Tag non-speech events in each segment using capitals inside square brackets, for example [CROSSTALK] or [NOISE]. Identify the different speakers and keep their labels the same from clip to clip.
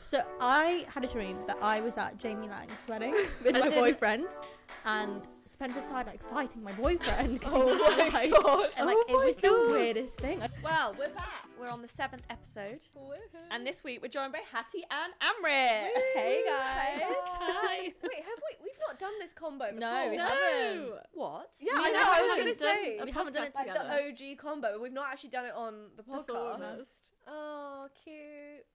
Speaker 1: So I had a dream that I was at Jamie Lang's wedding [LAUGHS] with
Speaker 2: As
Speaker 1: my
Speaker 2: in-
Speaker 1: boyfriend, and Spencer started like fighting my boyfriend because
Speaker 2: Oh
Speaker 1: he was
Speaker 2: my
Speaker 1: like,
Speaker 2: God.
Speaker 1: and like
Speaker 2: Oh my
Speaker 1: it was
Speaker 2: God.
Speaker 1: the weirdest thing.
Speaker 2: Well, we're back. We're on the seventh episode, and this week we're joined by Hattie and Amrit.
Speaker 1: Hey, guys.
Speaker 2: [LAUGHS] Hi.
Speaker 3: [LAUGHS] Wait, have we? We've not done this combo. Before.
Speaker 1: No, we
Speaker 2: No.
Speaker 1: haven't.
Speaker 2: What?
Speaker 3: Yeah,
Speaker 1: We
Speaker 3: I know.
Speaker 1: never
Speaker 3: I was
Speaker 1: have
Speaker 3: gonna
Speaker 1: done
Speaker 3: say
Speaker 1: a We haven't done it
Speaker 2: podcast
Speaker 3: like
Speaker 2: together.
Speaker 3: the OG combo. but We've not actually done it on the podcast.
Speaker 1: foremost.
Speaker 3: oh, cute!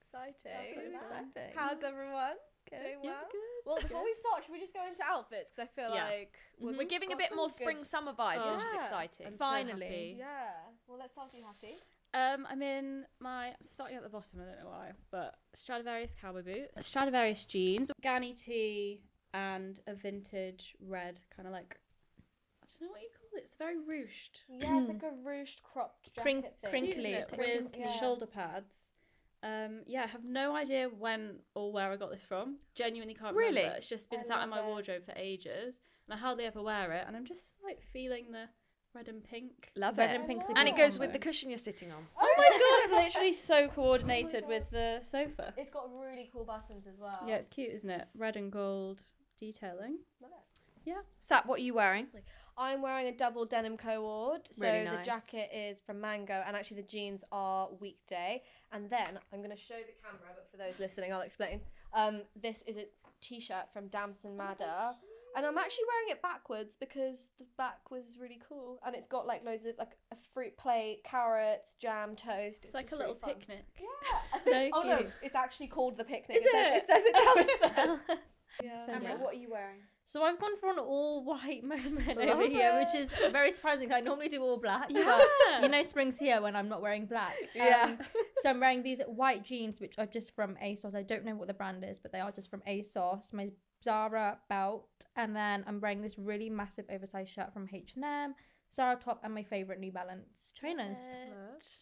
Speaker 3: Exciting.
Speaker 1: That's so bad. Exciting.
Speaker 3: How's everyone? Doing
Speaker 1: Yeah,
Speaker 3: well.
Speaker 1: it's good. Mm-hmm.
Speaker 3: Well, before we start, should we just go into outfits? Because I feel
Speaker 2: Yeah.
Speaker 3: like we've
Speaker 2: We're giving a
Speaker 3: got
Speaker 2: bit
Speaker 3: some
Speaker 2: more
Speaker 3: good-
Speaker 2: spring summer vibes, which is
Speaker 3: Yeah.
Speaker 2: exciting.
Speaker 1: so Finally. happy.
Speaker 3: Yeah. Well, let's start with you, Hattie.
Speaker 1: Um, I'm in my I'm starting at the bottom. I don't know why, but Stradivarius cowboy boots, Stradivarius jeans, Ganny tee, and a vintage red kind of like I don't know what you call it. It's very ruched,
Speaker 3: Yeah, it's like a ruched cropped jacket
Speaker 1: Crin-
Speaker 3: thing.
Speaker 1: crinkly
Speaker 2: Isn't
Speaker 1: with
Speaker 2: it?
Speaker 3: Crinkly, yeah.
Speaker 1: shoulder pads. Um, yeah, I have no idea when or where I got this from. Genuinely can't
Speaker 2: Really?
Speaker 1: remember. It's just been
Speaker 3: I
Speaker 1: sat in my
Speaker 3: love it.
Speaker 1: wardrobe for ages, and I hardly ever wear it. And I'm just like feeling the red and pink.
Speaker 2: Love
Speaker 1: red
Speaker 2: it.
Speaker 1: and pink's a good
Speaker 2: And it goes with
Speaker 1: combo.
Speaker 2: the cushion you're sitting on.
Speaker 1: Oh
Speaker 2: [LAUGHS]
Speaker 1: my god, [LAUGHS] I'm literally so coordinated
Speaker 3: God.
Speaker 1: with the sofa.
Speaker 3: It's got really cool buttons as well.
Speaker 1: Oh Yeah, it's cute, isn't it? Red and gold detailing.
Speaker 3: Love it.
Speaker 2: Sap, what are you wearing?
Speaker 3: I'm wearing a double denim coord. So
Speaker 2: Really
Speaker 3: the
Speaker 2: nice.
Speaker 3: jacket is from Mango, and actually the jeans are weekday. And then I'm going to show the camera, but for those listening, I'll explain. Um, this is a t shirt from Damson
Speaker 1: Oh,
Speaker 3: Madder. And I'm actually wearing it backwards because the back was really cool, and it's got like loads of like a fruit plate, carrots, jam, toast. It's,
Speaker 1: It's like
Speaker 3: just
Speaker 1: a little
Speaker 3: really fun.
Speaker 1: picnic.
Speaker 3: Yeah.
Speaker 1: So
Speaker 3: oh no,
Speaker 1: cute.
Speaker 3: it's actually called the picnic.
Speaker 1: Is
Speaker 3: it? Says,
Speaker 1: [LAUGHS]
Speaker 3: it says it down there. yeah.
Speaker 1: So, yeah.
Speaker 3: what are you wearing?
Speaker 1: So I've gone for an all white [LAUGHS] moment
Speaker 3: Love
Speaker 1: over here, which
Speaker 3: it.
Speaker 1: is very surprising. 'cause I normally do all black.
Speaker 2: [LAUGHS] Yeah.
Speaker 1: but you know, spring's here when I'm not wearing black.
Speaker 3: Yeah.
Speaker 1: Um, so I'm wearing these white jeans, which are just from ASOS. I don't know what the brand is, but they are just from ASOS. My Zara belt, and then I'm wearing this really massive oversized shirt from H&M, Zara top, and my favorite New Balance
Speaker 3: Uh,
Speaker 1: trainers.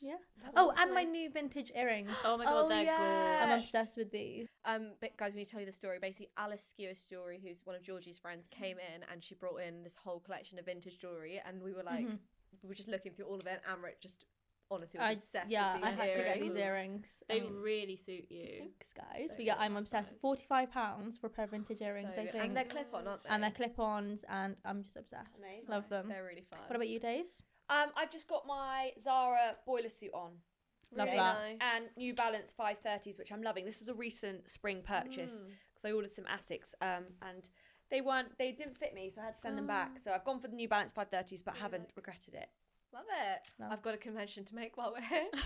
Speaker 1: Yeah. Oh, and my new vintage earrings.
Speaker 2: Oh my god,
Speaker 3: Oh,
Speaker 2: they're
Speaker 3: yeah.
Speaker 1: I'm
Speaker 2: gorgeous.
Speaker 1: obsessed with these.
Speaker 3: Um, but guys, we need to tell you the story. Basically, Alice Skewer's jewelry, who's one of Georgie's friends, came
Speaker 1: Mm-hmm.
Speaker 3: in and she brought in this whole collection of vintage jewelry, and we were like,
Speaker 1: Mhm.
Speaker 3: we were just looking through all of it. And Amrit just honestly was
Speaker 1: I,
Speaker 3: obsessed
Speaker 1: yeah,
Speaker 3: with
Speaker 1: I
Speaker 3: these
Speaker 1: had to get these
Speaker 3: earrings.
Speaker 1: earrings. I
Speaker 2: They
Speaker 1: mean,
Speaker 2: really suit you.
Speaker 1: Thanks, guys.
Speaker 3: So
Speaker 1: but yeah,
Speaker 3: such
Speaker 1: I'm
Speaker 3: a
Speaker 1: obsessed.
Speaker 3: size.
Speaker 1: Forty-five pounds for a pair of vintage
Speaker 3: So
Speaker 1: earrings, I
Speaker 3: good.
Speaker 1: think,
Speaker 3: and they're clip on, aren't they?
Speaker 1: And they're clip-ons, and I'm just obsessed.
Speaker 2: Amazing.
Speaker 1: Love them.
Speaker 3: They're really fun.
Speaker 1: What about you, Days?
Speaker 2: Um, I've just got my Zara boiler suit on
Speaker 1: Love
Speaker 3: really
Speaker 1: that.
Speaker 3: Nice.
Speaker 2: and New Balance 530s, which I'm loving. This is a recent spring purchase
Speaker 3: Mm.
Speaker 2: because I ordered some Asics um, and they weren't, they didn't fit me, so I had to send them back. So I've gone for the New Balance 530s, but
Speaker 3: Really
Speaker 2: haven't
Speaker 3: like-
Speaker 2: regretted [LAUGHS] it.
Speaker 3: Love it.
Speaker 1: Love.
Speaker 3: I've got a convention to make while we're
Speaker 1: [LAUGHS]
Speaker 3: here. a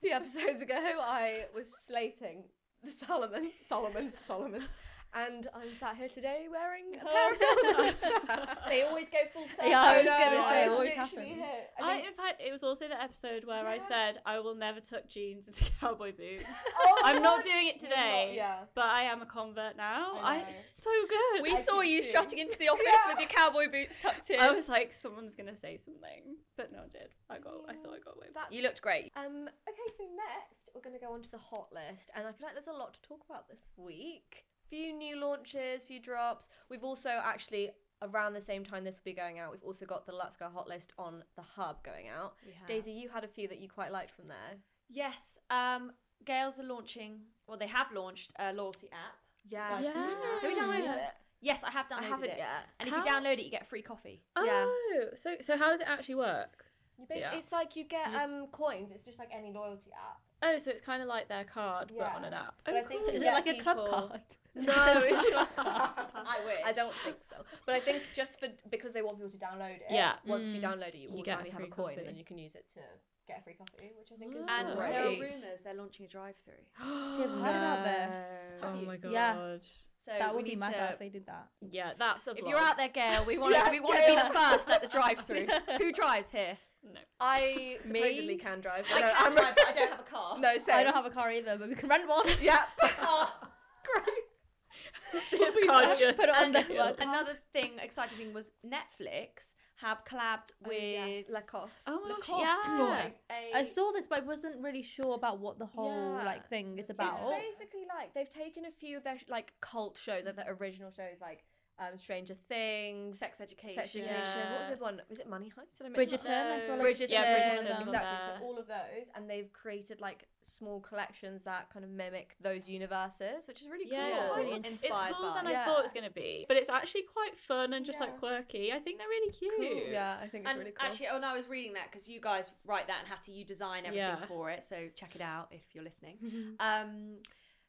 Speaker 3: few episodes ago, I was slating the Solomons, Solomons, Solomons, and I'm sat here today wearing a pair
Speaker 2: Oh,
Speaker 1: [LAUGHS]
Speaker 2: [LAUGHS]
Speaker 3: of Solomons. they always go full circle.
Speaker 1: Yeah, I was
Speaker 3: don't
Speaker 1: gonna
Speaker 3: they?
Speaker 1: say, it
Speaker 3: It's
Speaker 1: always
Speaker 3: literally
Speaker 1: happens.
Speaker 3: here. And
Speaker 4: I,
Speaker 3: then-
Speaker 4: in fact, it was also the episode where I
Speaker 3: Yeah.
Speaker 4: said I will never tuck jeans into [LAUGHS] cowboy boots.
Speaker 3: Oh my [LAUGHS]
Speaker 4: I'm not
Speaker 3: God.
Speaker 4: doing it
Speaker 3: You're not-
Speaker 4: today,
Speaker 3: yeah.
Speaker 4: but I am a convert
Speaker 1: Oh,
Speaker 4: now.
Speaker 3: [LAUGHS] I
Speaker 4: I
Speaker 3: know.
Speaker 4: it's so
Speaker 3: [LAUGHS]
Speaker 4: good.
Speaker 2: We
Speaker 3: I
Speaker 2: saw
Speaker 3: can
Speaker 2: you
Speaker 3: see.
Speaker 2: strutting into
Speaker 3: [LAUGHS]
Speaker 2: the office
Speaker 3: Yeah.
Speaker 2: with your cowboy boots tucked in.
Speaker 4: I was like, someone's gonna say something, but no one did. I got. I thought I got away. with
Speaker 3: That's
Speaker 2: you looked great.
Speaker 3: Um, okay, so next we're going to go on to the hot list, and I feel like there's a lot to talk about this week. Few new launches, few drops. We've also actually around the same time this will be going out. We've also got the Lutzka hot list on the hub going out. Daisy, you had a few that you quite liked from there.
Speaker 2: Yes. Um, Gales are launching. Well, they have launched a loyalty app.
Speaker 3: Yeah.
Speaker 4: Yes.
Speaker 3: Have we downloaded
Speaker 4: Yes.
Speaker 3: it?
Speaker 2: Yes, I have downloaded
Speaker 3: I haven't
Speaker 2: it.
Speaker 3: yet.
Speaker 2: And if you
Speaker 4: How-
Speaker 2: download it, you get free coffee.
Speaker 3: Yeah.
Speaker 4: Oh, so so how does it actually work?
Speaker 3: You basically,
Speaker 4: Yeah.
Speaker 3: It's like you get
Speaker 4: You just-
Speaker 3: um coins. It's just like any loyalty app.
Speaker 4: Oh, so it's kind of like their card, but on
Speaker 3: Yeah.
Speaker 4: an app.
Speaker 3: But
Speaker 4: oh,
Speaker 3: I think
Speaker 4: cool.
Speaker 3: to
Speaker 1: Is
Speaker 3: get
Speaker 1: it like a
Speaker 3: people-
Speaker 1: club card?
Speaker 3: No, it's not.
Speaker 2: I wish.
Speaker 3: [LAUGHS] I don't think so. But I think just for because they want people to download it.
Speaker 4: Yeah.
Speaker 3: Once you
Speaker 1: Mm.
Speaker 3: download it, you,
Speaker 4: You get
Speaker 3: automatically
Speaker 4: a
Speaker 3: have a
Speaker 4: free
Speaker 3: coin, and
Speaker 4: coffee.
Speaker 3: then you can use it to get a free coffee, which I think
Speaker 2: Oh,
Speaker 3: is
Speaker 4: And
Speaker 3: great.
Speaker 2: there are
Speaker 4: Right.
Speaker 2: rumours they're launching a drive-through.
Speaker 1: See,
Speaker 4: [GASPS]
Speaker 1: I've heard about this.
Speaker 3: No.
Speaker 4: Oh my god.
Speaker 1: Yeah.
Speaker 2: So
Speaker 1: That
Speaker 2: we
Speaker 1: would be
Speaker 2: need
Speaker 1: my
Speaker 2: to.
Speaker 1: fault if they did that.
Speaker 4: Yeah, that's a
Speaker 2: If
Speaker 4: vlog.
Speaker 2: you're out there, Gail, we want to
Speaker 3: Yeah,
Speaker 2: we want to be the
Speaker 3: Gail.
Speaker 2: first at the [LAUGHS] drive-through. Who drives here?
Speaker 4: no.
Speaker 3: I
Speaker 1: Me?
Speaker 3: supposedly can drive.
Speaker 2: I
Speaker 3: no,
Speaker 2: can
Speaker 3: I'm-
Speaker 2: drive, but I don't have a car.
Speaker 3: [LAUGHS] No, same.
Speaker 1: I don't have a car either, but we can rent one.
Speaker 3: Yeah.
Speaker 4: [LAUGHS]
Speaker 3: Oh, [LAUGHS]
Speaker 4: Card just
Speaker 1: Put it on
Speaker 2: And
Speaker 1: the
Speaker 4: [LAUGHS] Yeah.
Speaker 1: work.
Speaker 2: another thing, exciting thing was Netflix have collabed
Speaker 3: Oh,
Speaker 2: with
Speaker 3: [LAUGHS] With Lacoste.
Speaker 4: Oh,
Speaker 2: Lacoste
Speaker 4: gosh, yeah.
Speaker 2: for a,
Speaker 1: I saw this, but I wasn't really sure about what the whole
Speaker 3: Yeah.
Speaker 1: like thing is about.
Speaker 3: It's basically like they've taken a few of their sh- like cult shows, like their original shows, like um, Stranger Things,
Speaker 2: Sex education.
Speaker 3: Sex Education. What was the
Speaker 4: Yeah.
Speaker 3: other one? Was it Money Heist? Did I make that
Speaker 1: Bridgerton. I feel
Speaker 4: No.
Speaker 1: like
Speaker 3: Bridgerton. um,
Speaker 1: she's done
Speaker 4: Yeah,
Speaker 1: all of
Speaker 4: Bridgerton's
Speaker 1: them.
Speaker 4: on
Speaker 3: Exactly.
Speaker 4: there.
Speaker 3: So all of those, and they've created like small collections that kind of mimic those universes, which is really
Speaker 4: Yeah,
Speaker 3: cool.
Speaker 4: it's
Speaker 1: really
Speaker 4: It's
Speaker 3: inspired
Speaker 4: cooler
Speaker 3: by.
Speaker 4: than
Speaker 3: yeah.
Speaker 4: I thought it was going to be, but it's actually quite fun and just
Speaker 1: Yeah.
Speaker 4: like quirky. I think they're really cute.
Speaker 3: Yeah, I think it's
Speaker 2: And
Speaker 3: really cool.
Speaker 2: actually, oh no, I was reading that because you guys write that and Hattie, you design everything
Speaker 4: Yeah.
Speaker 2: for it. So check it out if you're listening.
Speaker 3: [LAUGHS]
Speaker 2: Um,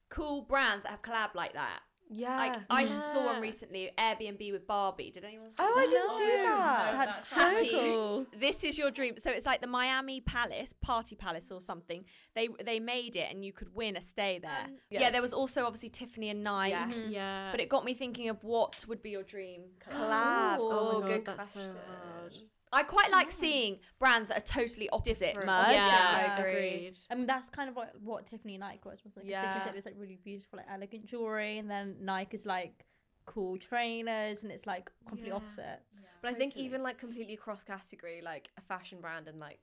Speaker 2: cool brands that have collab like that.
Speaker 3: yeah,
Speaker 2: Like I
Speaker 4: Yeah.
Speaker 2: saw one recently, Airbnb with Barbie. Did anyone? See
Speaker 3: Ah, Oh, I
Speaker 2: that?
Speaker 3: didn't
Speaker 4: No.
Speaker 3: see that.
Speaker 4: No,
Speaker 1: That's
Speaker 4: that's
Speaker 1: so
Speaker 2: Hattie.
Speaker 1: cool.
Speaker 2: This is your dream. So it's like the Miami Palace, Party Palace or something. They they made it and you could win a stay there.
Speaker 3: Um,
Speaker 2: yeah.
Speaker 3: yeah.
Speaker 2: there was also obviously Tiffany and Nike.
Speaker 3: Yeah.
Speaker 1: Mhm.
Speaker 4: Mm-hmm. Yeah.
Speaker 2: But it got me thinking of what would be your dream collab.
Speaker 3: collab.
Speaker 4: Oh my
Speaker 3: Oh,
Speaker 4: God,
Speaker 3: good
Speaker 4: that's so
Speaker 3: question.
Speaker 4: hard.
Speaker 2: I quite like seeing brands that are totally opposite
Speaker 3: Different.
Speaker 2: merge.
Speaker 4: yeah,
Speaker 1: Yeah.
Speaker 4: agreed.
Speaker 1: I mean, that's kind of what, what Tiffany and Nike was. was like, yeah.
Speaker 3: Yeah.
Speaker 1: Tiffany's like this like really beautiful, like elegant jewelry, and then Nike is like cool trainers, and it's like completely
Speaker 3: Yeah.
Speaker 1: opposites.
Speaker 3: But I think
Speaker 1: Totally.
Speaker 3: even like completely cross category, like a fashion brand and like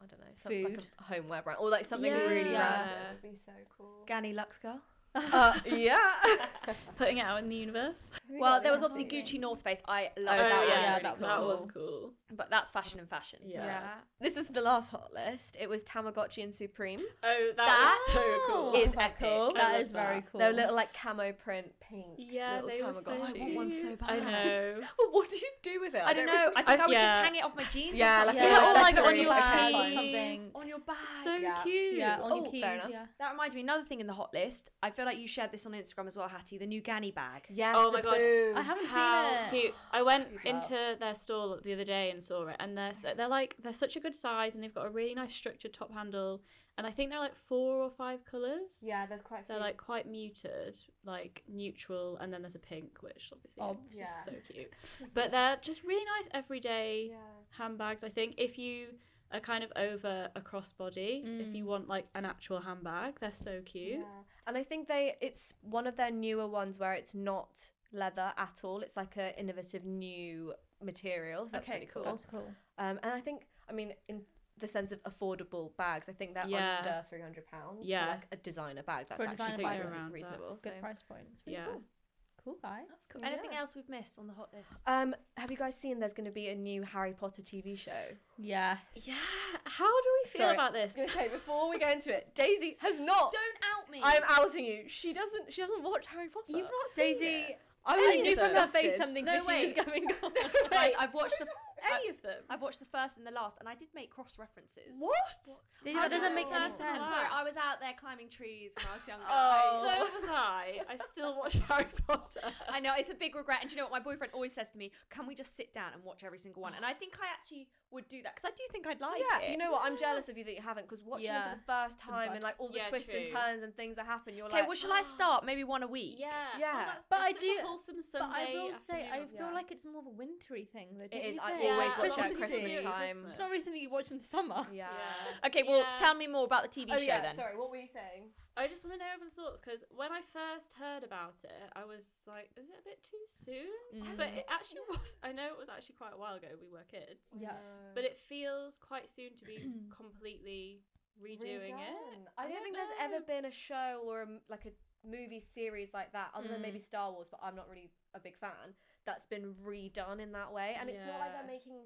Speaker 3: I don't know, some, like
Speaker 1: Food.
Speaker 3: a homeware brand or like something really
Speaker 4: Yeah.
Speaker 3: random [LAUGHS]
Speaker 4: Yeah.
Speaker 3: would be so cool.
Speaker 2: Ganny Lux girl.
Speaker 3: uh, yeah.
Speaker 4: Putting it out in the universe.
Speaker 2: Well, there was obviously Gucci North Face. I love
Speaker 3: Oh,
Speaker 2: that.
Speaker 3: that
Speaker 2: one.
Speaker 3: was
Speaker 4: yeah,
Speaker 3: really
Speaker 4: that, was
Speaker 3: cool.
Speaker 4: cool.
Speaker 2: But that's fashion and fashion.
Speaker 4: Yeah.
Speaker 3: This was the last hot list. It was Tamagotchi and Supreme.
Speaker 4: Oh, that,
Speaker 2: That
Speaker 4: was so
Speaker 3: Oh
Speaker 4: cool.
Speaker 2: is
Speaker 1: Quite
Speaker 2: epic.
Speaker 1: cool.
Speaker 4: I
Speaker 1: That
Speaker 4: love
Speaker 1: is very
Speaker 4: that.
Speaker 1: cool.
Speaker 3: They're little like camo print pink.
Speaker 4: yeah,
Speaker 3: little
Speaker 4: they were so
Speaker 2: I
Speaker 3: Tamagotchi.
Speaker 2: want one so
Speaker 4: cute.
Speaker 2: bad.
Speaker 4: I know.
Speaker 3: [LAUGHS] Well, what do you do with it?
Speaker 2: I don't know. I think I,
Speaker 4: I-
Speaker 2: would just
Speaker 4: yeah.
Speaker 2: hang it off my jeans.
Speaker 3: Yeah,
Speaker 2: or
Speaker 3: like
Speaker 2: something. Oh
Speaker 1: yeah,
Speaker 3: an
Speaker 1: or like
Speaker 3: accessory
Speaker 1: on your
Speaker 3: bag
Speaker 1: keys
Speaker 3: or
Speaker 1: or something.
Speaker 2: on your bag.
Speaker 4: So
Speaker 3: Yeah.
Speaker 4: cute.
Speaker 1: Yeah, on your
Speaker 3: Oh,
Speaker 1: keys.
Speaker 3: fair enough.
Speaker 1: Yeah.
Speaker 2: That reminds me another thing in the hot list. I feel like you shared this on Instagram as well, Hattie. The new Ganny bag.
Speaker 3: Yes,
Speaker 4: Oh
Speaker 3: the
Speaker 4: my God.
Speaker 3: boom.
Speaker 1: I haven't
Speaker 4: How
Speaker 1: seen it.
Speaker 4: cute! I went
Speaker 3: Love.
Speaker 4: into their store the other day and saw it, and they're so, they're like they're such a good size, and they've got a really nice structured top handle, and I think they're like four or five colors.
Speaker 3: Yeah, there's quite a few.
Speaker 4: They're like quite muted, like neutral, and then there's a pink, which obviously
Speaker 1: Obs.
Speaker 4: is
Speaker 3: Yeah.
Speaker 4: so
Speaker 3: [LAUGHS]
Speaker 4: cute. But they're just really nice everyday
Speaker 3: yeah.
Speaker 4: handbags. I think if you are kind of over a crossbody, if
Speaker 1: Mm.
Speaker 4: you want like an actual handbag, they're so cute.
Speaker 3: Yeah. And I think they it's one of their newer ones where it's not leather at all. It's like a innovative new material. So that's
Speaker 2: Okay,
Speaker 3: really cool.
Speaker 1: That's cool.
Speaker 3: Um, and I think I mean in the sense of affordable bags, I think they're
Speaker 4: Yeah.
Speaker 3: under three hundred pounds.
Speaker 4: Yeah.
Speaker 3: like a designer bag that's
Speaker 1: For a
Speaker 3: actually
Speaker 1: designer
Speaker 3: quite
Speaker 1: bag,
Speaker 3: reas-
Speaker 4: around that.
Speaker 3: reasonable. So.
Speaker 1: Good price point. It's really
Speaker 4: Yeah.
Speaker 1: cool. Cool guy.
Speaker 2: That's cool. Anything
Speaker 3: Yeah.
Speaker 2: else we've missed on the hot list?
Speaker 3: Um, have you guys seen there's going to be a new Harry Potter TV show? [LAUGHS]
Speaker 1: Yeah.
Speaker 4: Yeah. How do we feel
Speaker 3: Sorry.
Speaker 4: about this?
Speaker 3: I was going to say before we go into it, Daisy has not.
Speaker 2: Don't out me.
Speaker 3: Oh, I'm outing you. She doesn't. She hasn't watched Harry Potter.
Speaker 4: You've not seen
Speaker 1: Daisy,
Speaker 4: it.
Speaker 3: I
Speaker 1: I
Speaker 3: was
Speaker 1: knew from her face
Speaker 3: disgusted.
Speaker 1: something
Speaker 3: [LAUGHS]
Speaker 2: No
Speaker 1: fishy was
Speaker 2: way.
Speaker 1: going on.
Speaker 2: Guys, I've watched the
Speaker 4: any of them.
Speaker 2: I've watched the first and the last, and I did make cross references.
Speaker 3: What?
Speaker 1: Daisy,
Speaker 4: How
Speaker 1: that
Speaker 4: did
Speaker 1: doesn't
Speaker 4: you
Speaker 1: make
Speaker 4: watch
Speaker 1: any
Speaker 4: the
Speaker 1: sense.
Speaker 2: I'm sorry, I
Speaker 4: last?
Speaker 2: was out there climbing trees when I was younger.
Speaker 3: Oh.
Speaker 4: So was I. I still watch Harry Potter.
Speaker 2: I know it's a big regret, and do you know what? My boyfriend always says to me, "Can we just sit down and watch every single one?" And I think I actually would do that because I do think I'd like
Speaker 3: yeah,
Speaker 2: it.
Speaker 3: you know what? I'm jealous of you that you haven't because watching it
Speaker 1: Yeah.
Speaker 3: for the first time
Speaker 1: fun.
Speaker 3: and like all the
Speaker 4: Yeah,
Speaker 3: twists and
Speaker 4: true.
Speaker 3: turns and things that happen, you're
Speaker 2: okay,
Speaker 3: like,
Speaker 2: well, shall I start? Maybe one a week.
Speaker 4: Yeah.
Speaker 3: Yeah.
Speaker 1: But
Speaker 4: it's
Speaker 1: I
Speaker 4: such
Speaker 1: do-
Speaker 4: A wholesome
Speaker 1: But
Speaker 4: Sunday
Speaker 1: I will say, I
Speaker 4: afternoon.
Speaker 1: feel like it's more of a wintry thing, though. don't
Speaker 3: it is.
Speaker 1: you
Speaker 3: I
Speaker 1: think?
Speaker 4: Yeah,
Speaker 3: always watch it at
Speaker 1: Christmas
Speaker 3: Christmas
Speaker 1: Eve.
Speaker 3: time. Mm.
Speaker 1: It's not really something you watch in the
Speaker 3: [LAUGHS]
Speaker 1: summer.
Speaker 3: Yeah.
Speaker 2: Okay, well,
Speaker 4: Yeah.
Speaker 2: tell me more about the TV
Speaker 3: Oh
Speaker 2: show
Speaker 3: yeah.
Speaker 2: then.
Speaker 3: Sorry, what were you saying?
Speaker 4: I just want to know everyone's thoughts because when I first heard about it, I was like, "Is it a bit too soon?"
Speaker 1: Mm.
Speaker 4: But it actually [LAUGHS] was. I know it was actually quite a while ago. We were kids,
Speaker 1: Yeah.
Speaker 3: Mm.
Speaker 4: but it feels quite soon
Speaker 3: [CLEARS THROAT]
Speaker 4: to be completely redoing it.
Speaker 3: I
Speaker 4: I
Speaker 3: don't
Speaker 4: don't
Speaker 3: think there's
Speaker 4: know.
Speaker 3: ever been a show or a m like a movie series like that, other than
Speaker 1: Mm.
Speaker 3: maybe Star Wars. But I'm not really a big fan. That's been redone in that way, and it's not like they're
Speaker 4: Yeah.
Speaker 3: making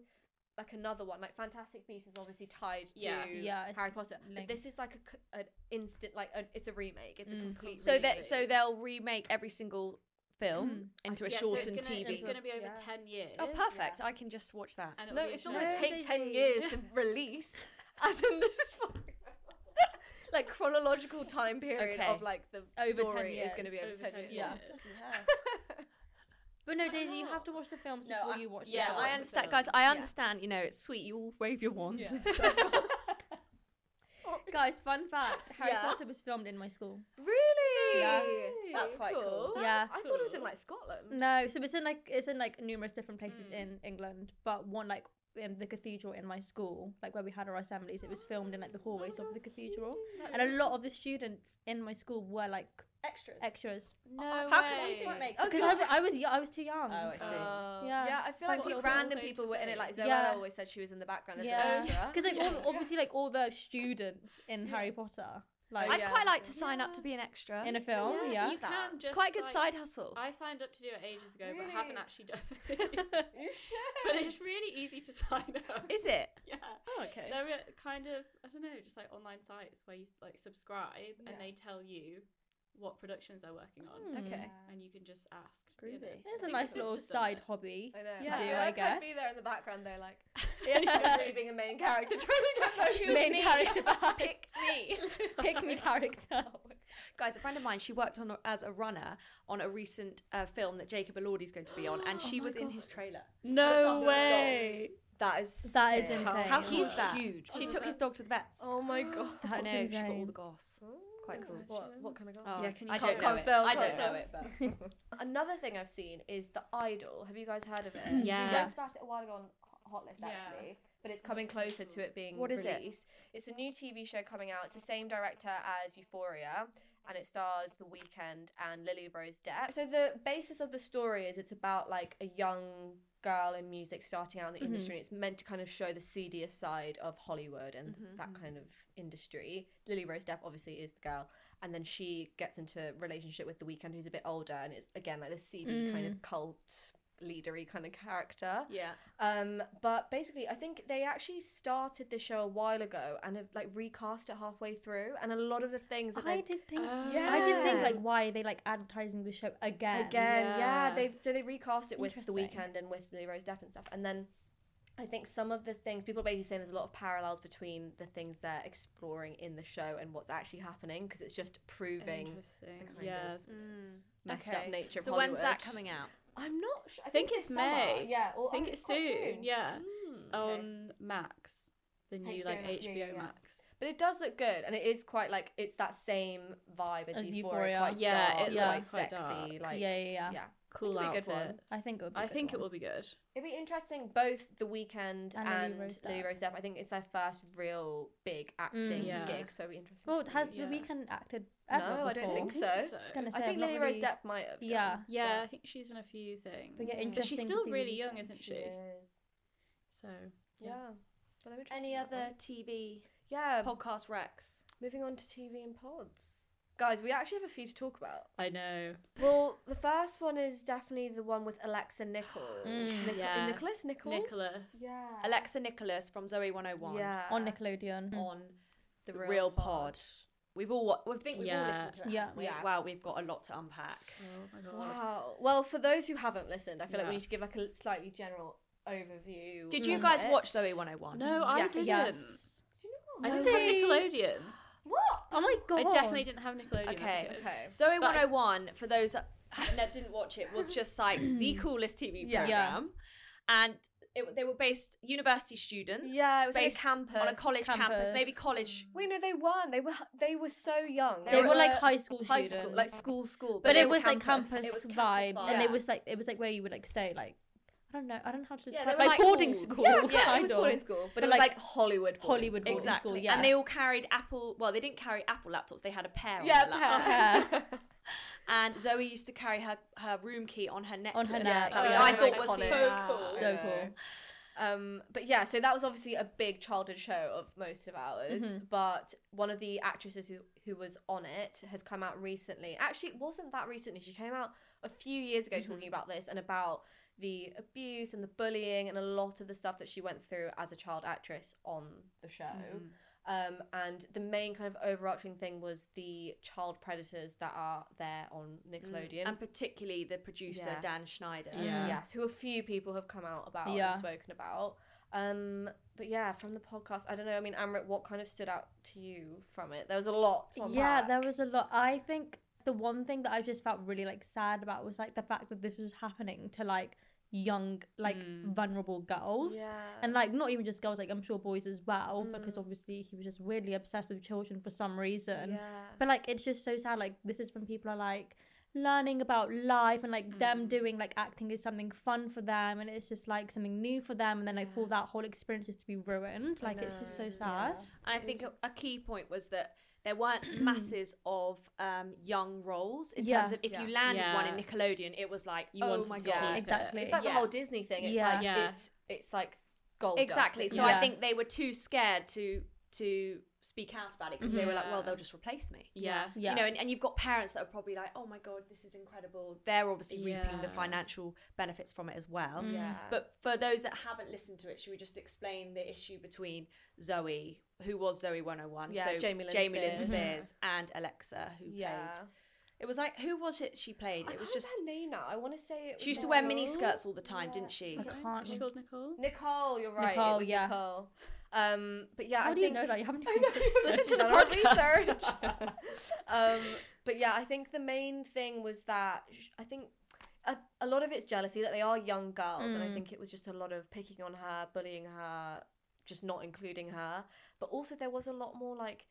Speaker 3: like another one. Like Fantastic Beasts is obviously tied to
Speaker 4: Yeah.
Speaker 1: Yeah, it's
Speaker 3: Harry Potter. But
Speaker 1: linked.
Speaker 3: This is like a c an instant, like a, it's a remake. It's a
Speaker 1: Mm.
Speaker 3: complete.
Speaker 2: So
Speaker 3: redo.
Speaker 2: that so they'll remake every single film into a
Speaker 4: Yeah, so it's
Speaker 2: shortened
Speaker 4: gonna-
Speaker 2: TV.
Speaker 4: It's going to be over
Speaker 3: Yeah.
Speaker 4: ten years.
Speaker 2: Mm-hmm. oh, perfect! I can just watch that.
Speaker 4: And
Speaker 3: no,
Speaker 4: it'll be
Speaker 3: it's
Speaker 4: a
Speaker 3: not going to
Speaker 1: No,
Speaker 4: show.
Speaker 3: take ten
Speaker 1: Daisy.
Speaker 3: years
Speaker 1: [LAUGHS]
Speaker 3: to release, as in this. [LAUGHS] Like chronological time period
Speaker 2: Okay.
Speaker 3: of like the
Speaker 1: Over 10
Speaker 3: story is going to
Speaker 1: years.
Speaker 4: [LAUGHS]
Speaker 3: be over, ten, years.
Speaker 1: Yeah.
Speaker 3: [LAUGHS]
Speaker 1: But no, Daisy, you have to watch the films
Speaker 3: No,
Speaker 1: before
Speaker 3: I-
Speaker 1: you watch the
Speaker 4: yeah,
Speaker 1: show.
Speaker 4: watch
Speaker 2: I
Speaker 4: the
Speaker 2: understand,
Speaker 4: film.
Speaker 2: guys. I
Speaker 3: Yeah. Oh,
Speaker 2: understand. You know, it's sweet. You all wave your wands.
Speaker 1: Yeah.
Speaker 2: and
Speaker 3: [LAUGHS]
Speaker 2: stuff.
Speaker 1: Guys, fun fact Harry
Speaker 3: Yeah.
Speaker 1: Potter was filmed in my school.
Speaker 3: Really?
Speaker 1: Yeah.
Speaker 3: That's quite cool. Mm.
Speaker 1: That's Yeah.
Speaker 3: I thought it was in
Speaker 4: cool.
Speaker 3: like Scotland.
Speaker 1: No, so it's in like it's in like numerous different places
Speaker 4: Mm.
Speaker 1: in England, but one like in the cathedral in my school, like where we had our assemblies, it was filmed in like the hallways
Speaker 4: Oh,
Speaker 1: of the cathedral. And a lot of the students in my school were like
Speaker 3: Extras.
Speaker 1: extras.
Speaker 4: No
Speaker 3: How
Speaker 4: way.
Speaker 3: come those didn't make?
Speaker 1: Because I, was- I was yo- I was too young.
Speaker 2: Oh, I see.
Speaker 1: Yeah.
Speaker 3: Yeah, I feel like
Speaker 4: Like
Speaker 3: all
Speaker 4: little
Speaker 3: random
Speaker 4: photo
Speaker 3: people were in it. Like Zoella
Speaker 1: Yeah.
Speaker 3: always said she was in the background as [LAUGHS]
Speaker 1: Yeah.
Speaker 3: an extra.
Speaker 1: Because like all,
Speaker 4: Yeah.
Speaker 1: obviously like all the students in Harry Potter Like
Speaker 2: I'd
Speaker 3: yeah.
Speaker 2: quite like to sign up
Speaker 4: Yeah.
Speaker 2: to be an extra.
Speaker 1: in a film,
Speaker 3: yeah,
Speaker 1: Oh, yeah.
Speaker 4: You
Speaker 3: That.
Speaker 4: can
Speaker 3: It's
Speaker 4: just
Speaker 2: it's quite a good
Speaker 4: like-
Speaker 2: side hustle.
Speaker 4: I signed up to do it ages ago, but
Speaker 3: Really?
Speaker 4: haven't actually
Speaker 3: [LAUGHS]
Speaker 4: done it. [LAUGHS] but
Speaker 3: You
Speaker 4: it's really easy to [LAUGHS] sign up.
Speaker 2: Is it?
Speaker 4: yeah.
Speaker 1: Oh, okay.
Speaker 4: There are kind of I don't know, just like online sites where you like subscribe
Speaker 3: Yeah.
Speaker 4: and they tell you what productions they're working on,
Speaker 1: Mm.
Speaker 2: Okay.
Speaker 4: and you can just ask.
Speaker 2: Groovy.
Speaker 1: It's
Speaker 4: I
Speaker 1: a
Speaker 4: think
Speaker 1: nice
Speaker 4: my
Speaker 1: little
Speaker 4: sister's done
Speaker 1: side
Speaker 4: it.
Speaker 1: [LAUGHS]
Speaker 3: [LAUGHS]
Speaker 1: hobby.
Speaker 3: I know.
Speaker 1: to
Speaker 3: I
Speaker 1: do,
Speaker 3: know.
Speaker 1: I
Speaker 3: I'd be there
Speaker 1: guess.
Speaker 3: in the background though, [LAUGHS] like
Speaker 2: Yeah.
Speaker 3: really being a main character trying to get those
Speaker 2: Choose
Speaker 1: Main
Speaker 2: me.
Speaker 1: character vibe.
Speaker 2: Pick me.
Speaker 1: Pick me [LAUGHS] character.
Speaker 2: [LAUGHS] Guys, a friend of mine, she worked on as a runner on a recent uh, film that Jacob Elordi's going to be on, and she was in his trailer.
Speaker 4: No
Speaker 3: That's
Speaker 4: way.
Speaker 3: [LAUGHS] That is
Speaker 1: That is
Speaker 3: sick.
Speaker 1: insane.
Speaker 2: How
Speaker 1: Wow.
Speaker 2: he's
Speaker 1: Wow.
Speaker 2: that huge.
Speaker 4: Oh,
Speaker 2: She took his
Speaker 4: that's-
Speaker 2: dog to the vets.
Speaker 3: Oh [GASPS] my god.
Speaker 1: That
Speaker 2: What's her name?
Speaker 1: is
Speaker 2: She got all
Speaker 1: insane.
Speaker 2: the goss. Quite cool.
Speaker 3: What what kind of girl?
Speaker 2: Oh,
Speaker 4: Yeah, can you
Speaker 2: I
Speaker 4: can't-
Speaker 2: don't know
Speaker 4: can't
Speaker 2: it.
Speaker 3: spell-
Speaker 2: I
Speaker 3: can't
Speaker 2: don't know
Speaker 3: spell.
Speaker 2: it, but
Speaker 3: Another thing I've seen is The Idol. Have you guys heard of it?
Speaker 2: Mm-hmm.
Speaker 3: We
Speaker 4: Yes.
Speaker 3: talked about it a while ago on Ho- Hot List,
Speaker 4: Yeah.
Speaker 3: actually. But it's coming closer to it being
Speaker 2: What is it?
Speaker 3: released. It's a new TV show coming out. It's the same director as Euphoria. And it stars The Weeknd and Lily Rose Depp. So the basis of the story is it's about like a young girl in music starting out in the
Speaker 1: Mhm.
Speaker 2: Mm-hmm.
Speaker 3: industry. It's meant to kind of show the seedier side of Hollywood and
Speaker 2: Mhm.
Speaker 3: that kind of industry. Lily Rose Depp obviously is the girl and then she gets into a relationship with the weekend who's a bit older and it's again like this seedy
Speaker 2: Mm.
Speaker 3: kind of cult leadery kind of character
Speaker 2: [LAUGHS] yeah.
Speaker 3: um but basically i think they actually started the show a while ago and have like recast it halfway through and a lot of the things that
Speaker 1: I
Speaker 3: they
Speaker 1: did think.
Speaker 4: oh,
Speaker 3: Yeah.
Speaker 1: I did think
Speaker 3: Yeah.
Speaker 1: like why are they like advertising the show again?
Speaker 3: again yeah
Speaker 4: Yes.
Speaker 3: they've so they recast it with the
Speaker 1: Interesting.
Speaker 3: weekend and with the rose depp and stuff and then i think some of the things people are basically saying there's a lot of parallels between the things they're exploring in the show and what's actually happening because it's just proving
Speaker 4: Interesting.
Speaker 3: kind of-
Speaker 4: Yeah.
Speaker 1: Hmm.
Speaker 3: messed
Speaker 2: Okay.
Speaker 3: up nature of
Speaker 2: So when's that
Speaker 3: Hollywood.
Speaker 2: coming out?
Speaker 3: I'm not sure. I
Speaker 4: think
Speaker 3: think,
Speaker 4: it's
Speaker 3: it's summer.
Speaker 4: May.
Speaker 3: Yeah, or
Speaker 4: I think
Speaker 3: oh,
Speaker 4: it's soon.
Speaker 3: quite
Speaker 4: Yeah. Um,
Speaker 3: Mm. Okay.
Speaker 4: On Max, the new
Speaker 3: HBO
Speaker 4: like
Speaker 3: Max, yeah,
Speaker 4: HBO
Speaker 3: yeah, yeah.
Speaker 4: Max.
Speaker 3: But it does look good, and it is quite like it's that same vibe as,
Speaker 1: As
Speaker 3: Euphoria.
Speaker 1: Euphoria.
Speaker 3: Quite
Speaker 4: Yeah,
Speaker 3: dark,
Speaker 1: it looks
Speaker 3: quite
Speaker 4: quite
Speaker 3: sexy.
Speaker 4: dark.
Speaker 3: Like
Speaker 1: yeah, yeah, yeah.
Speaker 3: yeah.
Speaker 4: Cool
Speaker 3: it'll be a
Speaker 4: outfit.
Speaker 3: good one.
Speaker 1: I think it would be a
Speaker 4: I
Speaker 1: good
Speaker 4: think it
Speaker 1: one.
Speaker 4: will be good.
Speaker 3: It'd be interesting. Both The Weekend and,
Speaker 1: And Lily
Speaker 3: Lily,
Speaker 1: Rose
Speaker 3: Rose
Speaker 1: Depp.
Speaker 3: Depp. I think it's their first real big acting
Speaker 4: yeah.
Speaker 3: gig, so it'd be interesting.
Speaker 1: Well,
Speaker 3: to
Speaker 1: has
Speaker 3: see.
Speaker 1: the
Speaker 4: yeah.
Speaker 1: weekend acted
Speaker 3: no,
Speaker 1: ever?
Speaker 3: I don't
Speaker 1: before?
Speaker 3: think so.
Speaker 4: I think
Speaker 1: I was gonna say,
Speaker 3: I think
Speaker 1: I'm not
Speaker 3: Lily Rose
Speaker 1: really-
Speaker 3: Depp might have. done,
Speaker 1: Yeah.
Speaker 4: Yeah,
Speaker 3: but-
Speaker 4: I think she's in a few things.
Speaker 1: But yeah,
Speaker 3: But she's
Speaker 1: interesting.
Speaker 4: she's
Speaker 1: to
Speaker 4: still
Speaker 1: see the
Speaker 4: really young,
Speaker 1: weekend.
Speaker 4: isn't
Speaker 3: She
Speaker 4: she?
Speaker 3: is.
Speaker 4: So
Speaker 3: Yeah.
Speaker 4: Yeah.
Speaker 3: But I'm interested
Speaker 2: Any
Speaker 3: about that.
Speaker 2: other TV Um,
Speaker 3: Yeah.
Speaker 2: podcast Rex?
Speaker 3: Moving on to TV and pods. Guys, we actually have a few to talk about.
Speaker 4: I know.
Speaker 3: Well, the first one is definitely the one with Alexa Nichols.
Speaker 1: Mm,
Speaker 3: Nic-
Speaker 4: yes.
Speaker 3: Nicholas Nichols.
Speaker 4: Nicholas.
Speaker 3: Yeah.
Speaker 2: Alexa Nicholas from Zoe 101
Speaker 3: Yeah.
Speaker 1: on Nickelodeon.
Speaker 2: on the Real, Pod. We've all, wa- we think we've all
Speaker 4: Yeah.
Speaker 2: listened to it.
Speaker 1: Yeah.
Speaker 2: haven't we?
Speaker 3: Yeah.
Speaker 2: Wow, we've got a lot to unpack.
Speaker 4: Oh my god.
Speaker 3: Wow. Well, for those who haven't listened, I feel like we
Speaker 4: Yeah.
Speaker 3: need to give like a slightly general overview.
Speaker 2: Did you
Speaker 3: of
Speaker 2: guys
Speaker 3: it.
Speaker 2: watch Zoe 101?
Speaker 4: No, I
Speaker 3: Yeah.
Speaker 4: didn't.
Speaker 1: Yes.
Speaker 3: Do you
Speaker 4: I
Speaker 3: know
Speaker 4: didn't
Speaker 3: what?
Speaker 4: have Nickelodeon.
Speaker 3: What?
Speaker 1: Oh my god!
Speaker 4: I definitely didn't have Nickelodeon.
Speaker 2: Okay.
Speaker 4: As a kid.
Speaker 3: Okay.
Speaker 2: Zoe
Speaker 4: But I-
Speaker 2: 101, for those that that didn't watch it, was just like the coolest TV
Speaker 3: Yeah.
Speaker 1: Yeah.
Speaker 2: program. And it, they were based university students.
Speaker 3: Yeah, it was
Speaker 2: based
Speaker 3: on a campus.
Speaker 2: on a college campus,
Speaker 1: Campus.
Speaker 2: maybe college.
Speaker 3: Wait, no, they weren't. They were they were so young.
Speaker 1: They were
Speaker 2: was
Speaker 1: like high school
Speaker 3: high
Speaker 1: students,
Speaker 3: school, like school, school.
Speaker 1: but
Speaker 3: they
Speaker 1: it
Speaker 3: were
Speaker 1: was like campus,
Speaker 3: It
Speaker 2: was
Speaker 1: vibes,
Speaker 2: campus
Speaker 1: and
Speaker 3: vibes.
Speaker 1: it was like it was like where you would like stay, like I don't know, I don't know how to
Speaker 3: Yeah,
Speaker 1: describe,
Speaker 3: they
Speaker 1: it.
Speaker 3: were
Speaker 1: like,
Speaker 3: like
Speaker 1: boarding
Speaker 2: halls.
Speaker 1: school,
Speaker 3: yeah, yeah, it
Speaker 1: kind
Speaker 3: was
Speaker 1: of.
Speaker 3: boarding school, but
Speaker 1: But
Speaker 3: it was
Speaker 1: like
Speaker 3: like Hollywood boarding
Speaker 1: Hollywood
Speaker 3: school.
Speaker 1: boarding
Speaker 3: [LAUGHS]
Speaker 1: school,
Speaker 2: Exactly.
Speaker 1: yeah.
Speaker 2: And they all carried Apple. Well, they didn't carry Apple laptops. They had a pair.
Speaker 1: [LAUGHS]
Speaker 3: Yeah,
Speaker 2: on their laptop.
Speaker 1: pair.
Speaker 2: And Zoe used to carry her, her room key on her necklace,
Speaker 1: On her neck,
Speaker 4: Oh,
Speaker 2: which
Speaker 1: yeah.
Speaker 2: I thought was
Speaker 3: Iconic.
Speaker 2: so cool.
Speaker 1: So cool.
Speaker 3: Um, but yeah, so that was obviously a big childhood show of most of ours.
Speaker 1: Mhm.
Speaker 3: But one of the actresses who, who was on it has come out recently. Actually, it wasn't that recently. She came out a few years ago talking about this and about the abuse and the bullying and a lot of the stuff that she went through as a child actress on the show.
Speaker 4: Mhm.
Speaker 3: Um, and the main kind of overarching thing was the child predators that are there on Nickelodeon.
Speaker 2: Mm. And particularly the producer
Speaker 3: Yeah.
Speaker 2: Dan Schneider.
Speaker 4: Yeah.
Speaker 3: Yes, who a few people have come out about
Speaker 1: Yeah.
Speaker 3: and spoken about. Um, but yeah, from the podcast, I don't know. I mean, Amrit, what kind of stood out to you from it? There was a lot. To
Speaker 1: yeah, there
Speaker 3: unpack.
Speaker 1: was a lot. I think the one thing that I just felt really like sad about was like the fact that this was happening to like young, like
Speaker 4: Mm.
Speaker 1: vulnerable girls.
Speaker 3: Yeah.
Speaker 1: And like not even just girls, like I'm sure boys as well, because
Speaker 3: Mm.
Speaker 1: obviously he was just weirdly obsessed with children for some reason.
Speaker 3: yeah.
Speaker 1: But like it's just so sad. Like this is when people are like learning about life and like them
Speaker 3: Mm.
Speaker 1: doing like acting is something fun for them and it's just like something new for them and then like for that whole experience is to be ruined. Like it's just so
Speaker 3: know,
Speaker 1: sad.
Speaker 2: And I think a, a key point was that there
Speaker 4: [CLEARS THROAT]
Speaker 2: weren't masses of um, young roles in
Speaker 1: Yeah.
Speaker 2: terms of if you landed one in
Speaker 4: Yeah.
Speaker 2: Nickelodeon, it was like,
Speaker 4: You
Speaker 2: oh
Speaker 4: wanted
Speaker 2: my
Speaker 4: to
Speaker 2: god.
Speaker 4: keep it.
Speaker 1: Exactly.
Speaker 3: It's like
Speaker 2: Yeah.
Speaker 3: the whole Disney thing. It's
Speaker 1: Yeah.
Speaker 3: like
Speaker 4: Yeah.
Speaker 3: it's it's like gold. dust
Speaker 2: Exactly.
Speaker 3: that
Speaker 2: So
Speaker 3: you
Speaker 1: Yeah.
Speaker 2: I think they were too scared to to speak out about it because they were like, well,
Speaker 4: Yeah.
Speaker 2: they'll just replace me.
Speaker 4: yeah.
Speaker 1: Yeah.
Speaker 2: You know, and, and you've got parents that are probably like, oh my God, this is incredible. They're obviously reaping the
Speaker 4: Yeah.
Speaker 2: financial benefits from it as well.
Speaker 1: Mm.
Speaker 3: Yeah.
Speaker 2: But for those that haven't listened to it, should we just explain the issue between Zoe, who was Zoe 101,
Speaker 3: Yeah,
Speaker 2: so
Speaker 3: Jamie Lynn
Speaker 2: Jamie Lynn
Speaker 3: Spears.
Speaker 2: Spears, and Alexa, who
Speaker 3: yeah.
Speaker 2: played. It was like, who was it she played?
Speaker 3: I
Speaker 2: It was
Speaker 3: can't
Speaker 2: just.
Speaker 3: remember her name now. I want to say it
Speaker 2: She used
Speaker 3: was
Speaker 2: to wear
Speaker 3: Nicole.
Speaker 2: mini skirts all the time,
Speaker 3: Yeah.
Speaker 2: didn't she?
Speaker 1: I
Speaker 4: Okay.
Speaker 1: can't-
Speaker 4: Is she called Nicole?
Speaker 3: Nicole, you're right.
Speaker 1: Nicole,
Speaker 3: it was
Speaker 1: yeah.
Speaker 3: Nicole. Um, but yeah,
Speaker 1: How
Speaker 3: I
Speaker 1: do
Speaker 3: think
Speaker 1: you know that? You haven't
Speaker 3: [LAUGHS] I
Speaker 1: even
Speaker 3: know, she's
Speaker 1: researched.
Speaker 3: listened to the
Speaker 2: Done our
Speaker 3: podcast research. um, but yeah, I think the main thing was that sh- I think a, a lot of it's jealousy that they are young girls, and I
Speaker 1: Mm.
Speaker 3: think it was just a lot of picking on her, bullying her, just not including her. But also, there was a lot more like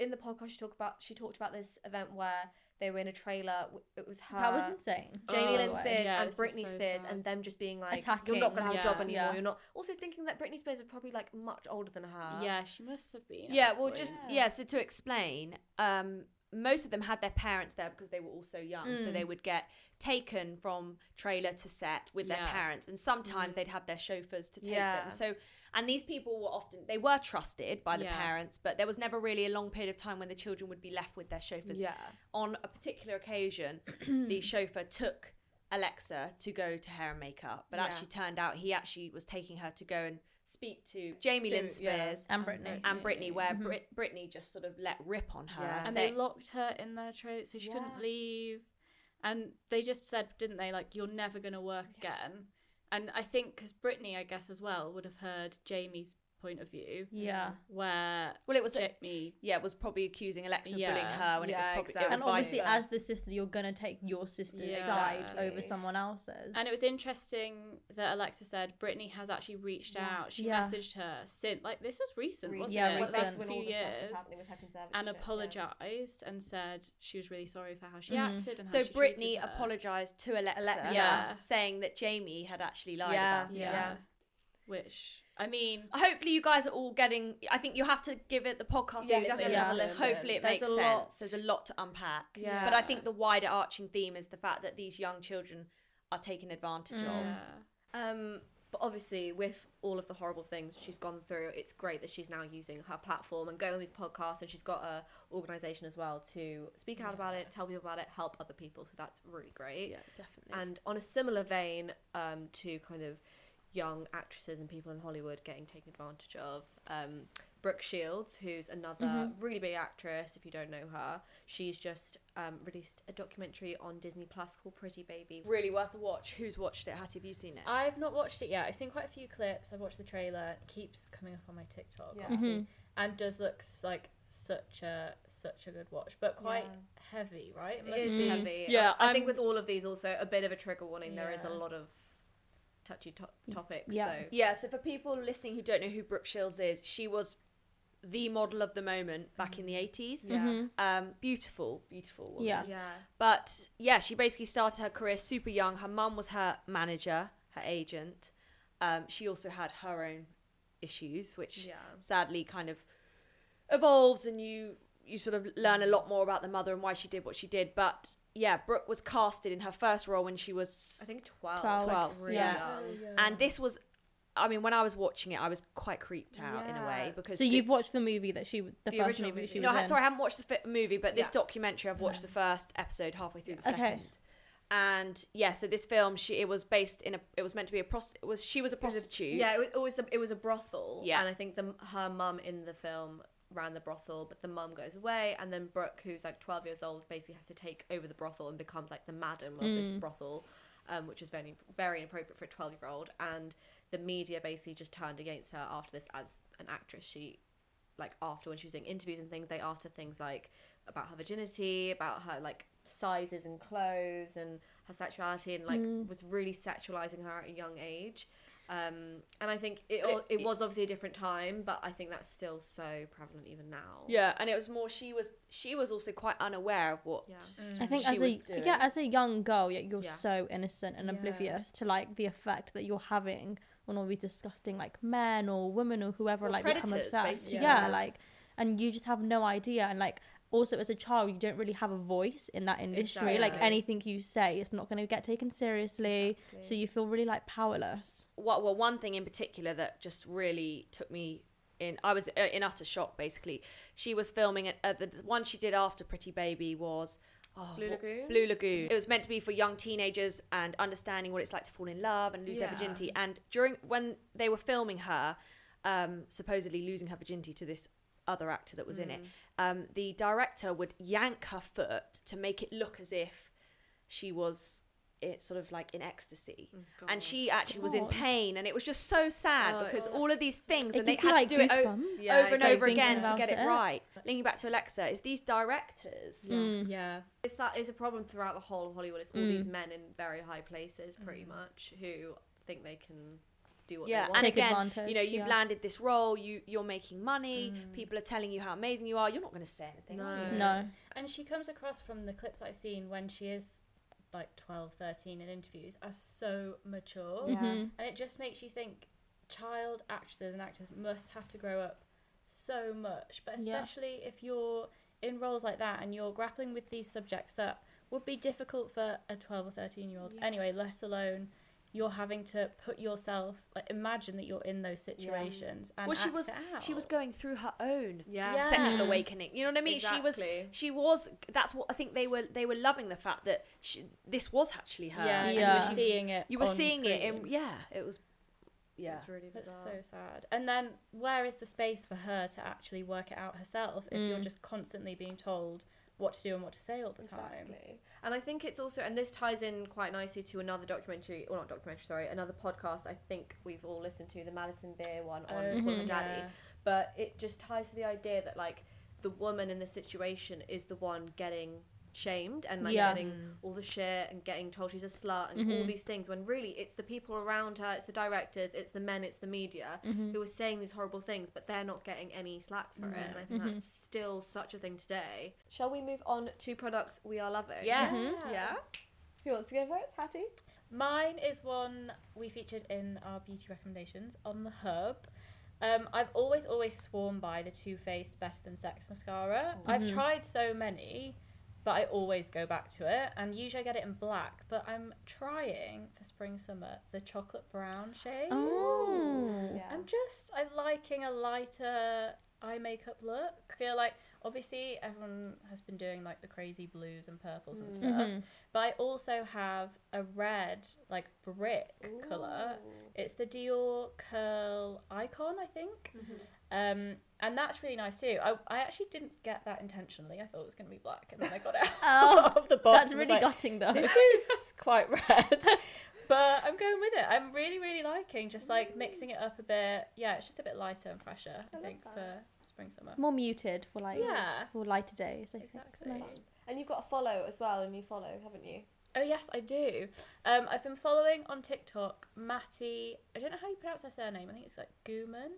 Speaker 3: in the podcast she talked about. She talked about this event where they were in a trailer. w- It was her.
Speaker 1: That was insane.
Speaker 3: Jamie
Speaker 4: Oh,
Speaker 3: Lynn
Speaker 1: by the way.
Speaker 3: Spears
Speaker 4: yeah,
Speaker 3: and
Speaker 4: this was
Speaker 3: Britney
Speaker 4: so
Speaker 3: Spears
Speaker 4: sad.
Speaker 3: and them just being like you're
Speaker 1: Attacking,
Speaker 3: not gonna have a job
Speaker 4: yeah.
Speaker 3: anymore.
Speaker 1: Yeah.
Speaker 3: You're not also thinking that Britney Spears was probably like much older than her.
Speaker 4: yeah, she must have [LAUGHS] been. at
Speaker 2: Yeah,
Speaker 4: that
Speaker 2: well,
Speaker 4: point.
Speaker 2: just
Speaker 1: Yeah.
Speaker 2: yeah. So to explain, um, most of them had their parents there because they were all so young, so
Speaker 1: Mm.
Speaker 2: they would get taken from trailer to set with their
Speaker 4: Yeah.
Speaker 2: parents, and sometimes they'd have their chauffeurs to take
Speaker 3: Yeah.
Speaker 2: them. So, and these people were often they were trusted by the
Speaker 4: Yeah.
Speaker 2: parents, but there was never really a long period of time when the children would be left with their chauffeurs.
Speaker 3: Yeah.
Speaker 2: On a particular occasion, the chauffeur took. Alexa to go to hair and makeup, but
Speaker 3: Yeah.
Speaker 2: actually turned out he actually was taking her to go and speak to Jamie Lynn
Speaker 3: Jamie- yeah.
Speaker 2: Spears
Speaker 1: And Brittany.
Speaker 2: and Britney, where
Speaker 1: Mhm.
Speaker 2: Brit- Britney just sort of let rip on her.
Speaker 3: Mm-hmm. Yeah.
Speaker 4: and
Speaker 2: say-
Speaker 4: they locked her in their trailer so she
Speaker 3: Yeah.
Speaker 4: couldn't leave and they just said didn't they like you're never going to work again and i think because brittany i guess as well would have heard jamie's point of view
Speaker 1: Yeah.
Speaker 4: where
Speaker 2: well, it was
Speaker 4: jamie
Speaker 2: yeah, it was probably accusing Alexa of
Speaker 4: Yeah.
Speaker 2: bullying her, and
Speaker 3: Yeah,
Speaker 2: it was probably it
Speaker 3: exactly.
Speaker 2: was
Speaker 1: And obviously,
Speaker 2: vice
Speaker 1: as the
Speaker 2: versa.
Speaker 1: sister, you're gonna take your sister's
Speaker 4: Yeah.
Speaker 1: side
Speaker 3: Exactly.
Speaker 1: over someone else's.
Speaker 4: and it was interesting that alexa said brittany has actually reached
Speaker 3: Yeah.
Speaker 4: out she
Speaker 1: Yeah.
Speaker 4: messaged her since like this was recent
Speaker 3: Re-
Speaker 4: wasn't
Speaker 1: Yeah, recent.
Speaker 4: it Like,
Speaker 1: That's
Speaker 4: last few years and apologized and said she was really sorry for how she
Speaker 1: Mhm.
Speaker 4: acted and
Speaker 2: So
Speaker 4: how she treated
Speaker 2: Brittany
Speaker 4: her.
Speaker 2: apologized to Alexa,
Speaker 3: Alexa.
Speaker 4: Yeah.
Speaker 2: saying that Jamie had actually lied
Speaker 3: Yeah.
Speaker 2: about it.
Speaker 4: yeah.
Speaker 3: Yeah.
Speaker 4: which i mean
Speaker 2: Hopefully, you guys are all getting. I think you have to give it the podcast. a
Speaker 3: Yeah,
Speaker 2: little bit
Speaker 1: definitely
Speaker 2: of
Speaker 1: have a
Speaker 2: listen.
Speaker 3: listen.
Speaker 2: Hopefully, it
Speaker 3: There's
Speaker 2: makes
Speaker 3: a
Speaker 2: sense.
Speaker 3: lot.
Speaker 2: There's a lot to unpack.
Speaker 3: Yeah.
Speaker 2: But I think the wider arching theme is the fact that these young children are taken advantage of.
Speaker 4: yeah.
Speaker 3: Um, but obviously, with all of the horrible things she's gone through, it's great that she's now using her platform and going on these podcasts, and she's got a organisation as well to speak out about it, tell people about it, help other people. So that's really great.
Speaker 2: Yeah, definitely.
Speaker 3: And on a similar vein, um, to kind of young actresses and people in Hollywood getting taken advantage of, um, Brooke Shields, who's another really big actress, if you don't know her, she's just um, released a documentary on Disney Plus called Pretty Baby.
Speaker 2: really worth a watch. Who's watched it? Hattie, have you seen it?
Speaker 4: I've not watched it yet. I've seen quite a few clips. I've watched the trailer. It keeps coming up on my TikTok.
Speaker 3: Yeah.
Speaker 4: obviously,
Speaker 1: Mhm.
Speaker 4: And does looks like such a such a good watch, but quite
Speaker 3: Yeah.
Speaker 4: heavy, right?
Speaker 3: It is
Speaker 1: Mm.
Speaker 3: heavy.
Speaker 2: Yeah,
Speaker 3: I, I think
Speaker 2: I'm-
Speaker 3: with all of these, also a bit of a trigger warning. There is a
Speaker 4: Yeah.
Speaker 3: lot of touchy to- topics.
Speaker 1: Yeah.
Speaker 3: So
Speaker 2: Yeah, so for people listening who don't know who Brooke Shields is, she was the model of the moment back in the 80s.
Speaker 3: Mm.
Speaker 1: Mhm.
Speaker 3: Yeah.
Speaker 2: Um, beautiful, beautiful woman.
Speaker 1: Yeah.
Speaker 3: yeah,
Speaker 2: But yeah, she basically started her career super young. Her mum was her manager, her agent. Um, she also had her own issues, which
Speaker 3: yeah.
Speaker 2: sadly kind of evolves and you you sort of learn a lot more about the mother and why she did what she did. But yeah, Brooke was casted in her first role when she was
Speaker 3: I think twelve.
Speaker 1: 12,
Speaker 3: like,
Speaker 2: 12,
Speaker 3: really
Speaker 2: yeah.
Speaker 3: young.
Speaker 2: and this was i mean when i was watching it i was quite creeped out in a
Speaker 3: Yeah.
Speaker 2: way because
Speaker 1: So
Speaker 2: the-
Speaker 1: you've watched the movie that she, w- the,
Speaker 3: The
Speaker 1: first
Speaker 3: original
Speaker 1: movie, she
Speaker 3: movie.
Speaker 2: no
Speaker 1: was
Speaker 2: I-
Speaker 1: in.
Speaker 2: sorry i haven't watched the fi- movie but this
Speaker 3: Yeah.
Speaker 2: documentary i've watched the first episode halfway through the
Speaker 1: Okay.
Speaker 2: second and yeah so this film she it was based in a it was meant to be a prost it was she was a
Speaker 3: was a-
Speaker 2: prostitute
Speaker 3: Yeah, it was, it was a, it was a brothel.
Speaker 2: Yeah.
Speaker 3: and I think the her mum in the film ran the brothel, but the mum goes away, and then Brooke, who's like twelve years old, basically has to take over the brothel and becomes like the madam of this brothel, um, which is very very inappropriate for a twelve year old. And the media basically just turned against her after this as an actress. She like after when she was doing interviews and things, they asked her things like about her virginity, about her like sizes and clothes and her sexuality and like
Speaker 2: Mm.
Speaker 3: was really sexualizing her at a young age. Um, and I think it,
Speaker 2: But
Speaker 3: al- it
Speaker 2: it-
Speaker 3: was obviously a different time, but I think that's still so prevalent even now.
Speaker 2: yeah and it was more she was she was also quite unaware of what
Speaker 3: Yeah.
Speaker 1: Mm. I think
Speaker 2: she
Speaker 1: as
Speaker 2: was
Speaker 1: a
Speaker 2: doing.
Speaker 1: yeah, as a young girl, yeah, you're
Speaker 3: Yeah.
Speaker 1: so innocent and
Speaker 4: Yeah.
Speaker 1: oblivious to like the effect that you're having on all these disgusting like men or women or whoever
Speaker 2: Or
Speaker 1: like become
Speaker 2: predators,
Speaker 1: obsessed.
Speaker 2: basically.
Speaker 1: Yeah.
Speaker 3: Yeah.
Speaker 1: like and you just have no idea and like also as a child you don't really have a voice in that industry. Like
Speaker 3: Exactly.
Speaker 1: anything you say it's not gonna get taken seriously. So you feel really like powerless.
Speaker 2: what well one thing in particular that just really took me in I was uh, in utter shock basically. She was filming it. Uh, the one she did after Pretty Baby was oh,
Speaker 3: Blue
Speaker 2: what-
Speaker 3: Lagoon?
Speaker 2: Blue Lagoon. It was meant to be for young teenagers and understanding what it's like to fall in love and lose
Speaker 3: Yeah.
Speaker 2: their virginity. And during when they were filming her, um, supposedly losing her virginity to this other actor that was in it,
Speaker 1: Mm.
Speaker 2: um, the director would yank her foot to make it look as if she was it sort of like in ecstasy.
Speaker 3: Oh,
Speaker 2: And she actually was in
Speaker 1: Oh God.
Speaker 2: pain, and it was just so sad
Speaker 3: Oh,
Speaker 2: because
Speaker 3: it's-
Speaker 2: all of these things,
Speaker 1: It
Speaker 2: and they
Speaker 1: gives you,
Speaker 2: had
Speaker 1: like,
Speaker 2: to do it o-
Speaker 1: goosebumps.
Speaker 3: Yeah,
Speaker 2: over and
Speaker 1: I
Speaker 2: over
Speaker 1: think
Speaker 2: again to
Speaker 1: about
Speaker 2: get it,
Speaker 1: it.
Speaker 2: right. Linking back to Alexa, is these directors.
Speaker 1: Mm.
Speaker 4: Yeah.
Speaker 3: It's that is a problem throughout the whole of Hollywood. It's
Speaker 2: Mm.
Speaker 3: all these men in very high places, pretty much, who think they can do what
Speaker 2: Yeah,
Speaker 3: they want.
Speaker 2: and
Speaker 1: Take
Speaker 2: again,
Speaker 1: advantage,
Speaker 2: you know, you've
Speaker 1: yeah.
Speaker 2: landed this role. You you're making money. People are telling you how amazing you are. You're not going to say anything. are
Speaker 3: Mm. No.
Speaker 2: you?
Speaker 1: No.
Speaker 4: And she comes across from the clips I've seen when she is like 12, 13 in interviews as so mature.
Speaker 3: Yeah.
Speaker 1: Mhm.
Speaker 4: And it just makes you think child actors and actors must have to grow up so much, but
Speaker 1: Yeah.
Speaker 4: especially if you're in roles like that and you're grappling with these subjects that would be difficult for a 12 or 13 year old anyway, let alone you're having to put yourself like imagine that you're in those situations and
Speaker 2: Well, she
Speaker 4: act
Speaker 2: was
Speaker 4: it out.
Speaker 2: she was going through her own
Speaker 3: Yeah.
Speaker 4: Yeah.
Speaker 2: sexual
Speaker 1: Mm.
Speaker 2: awakening. You know what I mean?
Speaker 3: Exactly.
Speaker 2: She was she was. That's what I think they were they were loving the fact that she, this was actually her.
Speaker 4: yeah,
Speaker 2: and
Speaker 4: and
Speaker 1: Yeah.
Speaker 4: you were seeing it
Speaker 2: You were
Speaker 4: on
Speaker 2: seeing it,
Speaker 4: screen.
Speaker 2: in yeah, it was, yeah.
Speaker 3: It's really
Speaker 4: That's
Speaker 3: bizarre.
Speaker 4: so sad. And then where is the space for her to actually work it out herself if
Speaker 3: Mm.
Speaker 4: you're just constantly being told what to do and what to say all the time?
Speaker 3: Exactly. And I think it's also, and this ties in quite nicely to another documentary, or not documentary, sorry, another podcast I think we've all listened to, the Madison Beer one on
Speaker 4: Oh,
Speaker 3: Call Her
Speaker 4: yeah.
Speaker 3: Daddy. But it just ties to the idea that, like, the woman in this situation is the one getting shamed and, like,
Speaker 1: Yeah.
Speaker 3: getting
Speaker 4: Mm.
Speaker 3: all the shit and getting told she's a slut and all
Speaker 4: Mm-hmm.
Speaker 1: Mhm.
Speaker 3: these things when really it's the people around her, it's the directors, it's the men, it's the media
Speaker 1: Mm-hmm.
Speaker 3: who are saying these horrible things, but they're not getting any slack for it. And I think that's still such a thing today. Shall we move on to products we are loving?
Speaker 2: Yes.
Speaker 4: Mhm.
Speaker 3: Yeah. Mm-hmm. Who wants to go first? Hattie?
Speaker 4: Mine is one we featured in our beauty recommendations on the Hub. Um, I've always, always sworn by the Too Faced Better Than Sex mascara. I've
Speaker 3: Mm-hmm.
Speaker 4: tried so many, but I always go back to it. And usually I get it in black, but I'm trying for spring summer the chocolate brown shade.
Speaker 1: Oh.
Speaker 3: Yeah.
Speaker 4: I'm just I'm liking a lighter eye makeup look. I feel like obviously everyone has been doing like the crazy blues and purples and stuff,
Speaker 1: Mhm.
Speaker 4: but I also have a red like brick color. It's the Dior Curl Icon, I think.
Speaker 3: Mm-hmm.
Speaker 4: Um, and that's really nice too. I, I actually didn't get that intentionally. I thought it was going to be black, and then I got it
Speaker 1: [LAUGHS]
Speaker 4: [LAUGHS] out of the box.
Speaker 1: Oh. That's
Speaker 4: and was
Speaker 1: really
Speaker 4: like,
Speaker 1: gutting though.
Speaker 4: this is quite [LAUGHS] red. But I'm going with it. I'm really, really liking just like mixing it up a bit. Yeah, it's just a bit lighter and fresher, I,
Speaker 3: love
Speaker 4: think,
Speaker 3: that.
Speaker 4: for spring summer.
Speaker 1: More muted for like
Speaker 4: Yeah.
Speaker 1: for lighter days. I think
Speaker 4: Exactly.
Speaker 1: it's nice.
Speaker 3: And you've got a follow as well, and you follow, haven't you?
Speaker 4: Oh yes, I do. Um, I've been following on TikTok Matty. I don't know how you pronounce her surname. I think it's like Gooman,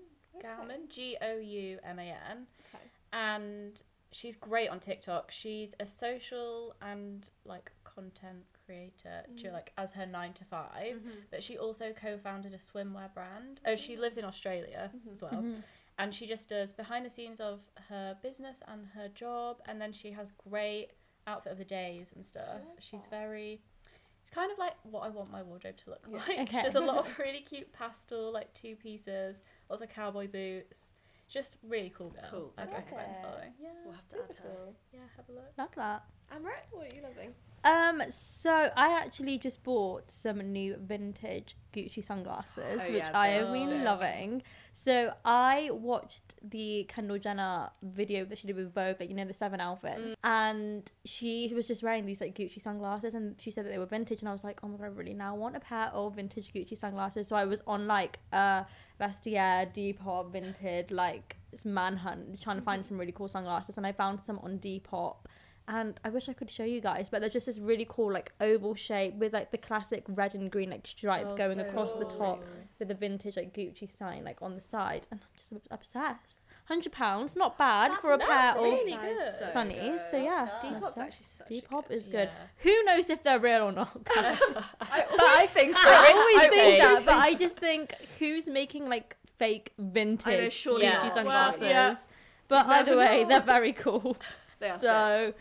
Speaker 4: Gauman, G O U M A N.
Speaker 3: Okay.
Speaker 4: And she's great on TikTok. She's a social and like content creator, to like as her nine to 5
Speaker 3: Mm-hmm.
Speaker 4: But she also co-founded a swimwear brand. Oh, she lives in Australia
Speaker 3: Mm-hmm.
Speaker 4: as well.
Speaker 1: Mm-hmm.
Speaker 4: And she just does behind the scenes of her business and her job, and then she has great outfit of the days and stuff.
Speaker 3: Oh,
Speaker 4: She's very. It's kind of like what I want my wardrobe to look like.
Speaker 1: Okay.
Speaker 4: She has a lot
Speaker 1: [LAUGHS]
Speaker 4: of really cute pastel, like two pieces, lots of cowboy boots. Just really cool girl.
Speaker 2: Cool.
Speaker 4: I'd
Speaker 3: Okay.
Speaker 4: recommend following. Yeah,
Speaker 2: We'll have to add her.
Speaker 4: yeah, have a look.
Speaker 1: Love that.
Speaker 3: Amrit, what are you loving?
Speaker 1: Um, so I actually just bought some new vintage Gucci sunglasses,
Speaker 3: Oh,
Speaker 1: which
Speaker 3: yeah,
Speaker 1: I
Speaker 3: those
Speaker 1: have
Speaker 4: are
Speaker 1: been
Speaker 4: sick.
Speaker 1: loving. So I watched the Kendall Jenner video that she did with Vogue, like you know the seven outfits, and she was just wearing these like Gucci sunglasses, and she said that they were vintage, and I was like, oh my god, I really now want a pair of vintage Gucci sunglasses. So I was on like a Vestiaire Depop vintage like manhunt, trying to find some really cool sunglasses, and I found some on Depop and I wish I could show you guys, but they're just this really cool like oval shape with like the classic red and green like stripe
Speaker 4: Oh,
Speaker 1: going
Speaker 4: so
Speaker 1: across the
Speaker 4: cool.
Speaker 1: top with a vintage like Gucci sign like on the side, and I'm just obsessed. Hundred pounds, not bad for a pair
Speaker 4: that's
Speaker 1: of
Speaker 4: really
Speaker 3: Nice,
Speaker 4: good.
Speaker 3: so
Speaker 1: sunnies. So yeah,
Speaker 4: Depop's
Speaker 1: I'm obsessed.
Speaker 3: actually such a
Speaker 1: Depop
Speaker 3: good-
Speaker 1: is good.
Speaker 4: yeah.
Speaker 1: Who knows if they're real or not? guys?
Speaker 2: [LAUGHS] I always think so.
Speaker 1: I always
Speaker 2: I
Speaker 1: think
Speaker 2: always
Speaker 1: that, but I just think who's making like fake vintage
Speaker 3: surely
Speaker 1: Gucci
Speaker 4: not.
Speaker 1: sunglasses.
Speaker 2: Well, yeah.
Speaker 1: But either
Speaker 3: never
Speaker 1: way,
Speaker 2: [LAUGHS]
Speaker 3: know.
Speaker 1: they're very cool.
Speaker 2: They are
Speaker 1: so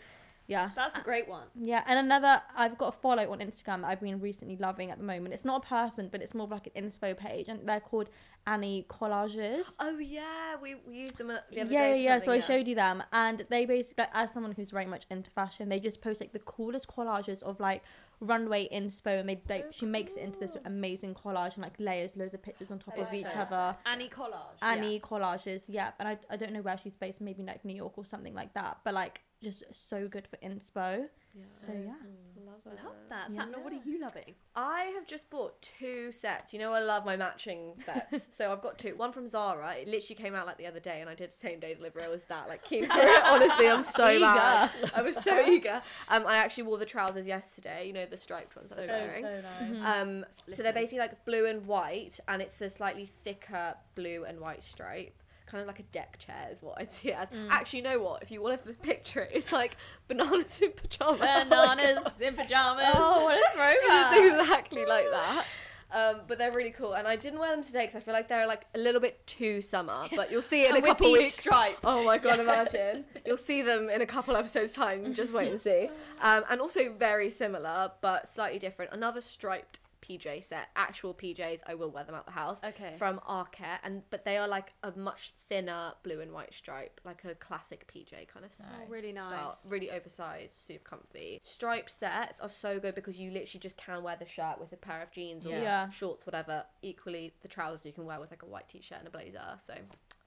Speaker 1: Yeah.
Speaker 2: That's a great one.
Speaker 1: Yeah, and another I've got a follow on Instagram that I've been recently loving at the moment. It's not a person, but it's more of like an inspo page, and they're called Annie Collages.
Speaker 3: Oh yeah, we, we used them the
Speaker 1: Yeah,
Speaker 3: other
Speaker 1: yeah,
Speaker 3: day. for
Speaker 1: yeah. So I
Speaker 3: something,
Speaker 1: showed you them, and they basically, like, as someone who's very much into fashion, they just post like the coolest collages of like runway inspo, and they like she makes it into this amazing collage and like layers loads of pictures on top
Speaker 3: That
Speaker 1: of
Speaker 3: is
Speaker 1: each
Speaker 3: so
Speaker 1: other.
Speaker 2: Annie Collage.
Speaker 1: Annie collages, yeah. And I, I don't know where she's based, maybe like New York or something like that, but like just so good for inspo. So
Speaker 4: Mm,
Speaker 1: yeah.
Speaker 3: Love
Speaker 2: I
Speaker 3: it.
Speaker 2: love that. Satna, what are you loving?
Speaker 3: I have just bought two sets. You know, I love my matching sets. so I've got two. One from Zara. It literally came out like the other day, and I did same day delivery. I was that like keen for it. Honestly, I'm so
Speaker 1: Eager.
Speaker 3: mad. I was so eager. Um, I actually wore the trousers yesterday. You know, the striped ones that
Speaker 2: So
Speaker 3: I'm
Speaker 4: So,
Speaker 3: wearing.
Speaker 4: so nice.
Speaker 1: Mhm.
Speaker 3: Um, so they're
Speaker 2: Listeners.
Speaker 3: basically like blue and white, and it's a slightly thicker blue and white stripe. Kind of like a deck chair is what I'd see it as. Actually, you know what? If you want to [LAUGHS] picture it, it's like bananas in pajamas. [LAUGHS]
Speaker 2: Bananas in [LAUGHS] pajamas.
Speaker 1: Oh, what a
Speaker 3: it is exactly like that. Um, but they're really cool, and I didn't wear them today because I feel like they're like a little bit
Speaker 2: [LAUGHS]
Speaker 3: too summer. But you'll see it in a
Speaker 2: And with
Speaker 3: couple
Speaker 2: these
Speaker 3: weeks.
Speaker 2: stripes.
Speaker 3: Oh my god, imagine you'll see them in a couple episodes time. Just wait and see. Um, and also very similar, but slightly different. Another striped PJ set, actual PJs. I will wear them out the house.
Speaker 2: Okay.
Speaker 3: From Arcare, and but they are like a much thinner blue and white stripe, like a classic PJ kind of style.
Speaker 4: Nice.
Speaker 2: really nice.
Speaker 3: style. Really oversized, super comfy. Striped sets are so good because you literally just can wear the shirt with a pair of jeans or
Speaker 1: Yeah. Yeah.
Speaker 3: shorts, whatever. Equally, the trousers you can wear with like a white t-shirt and a blazer. So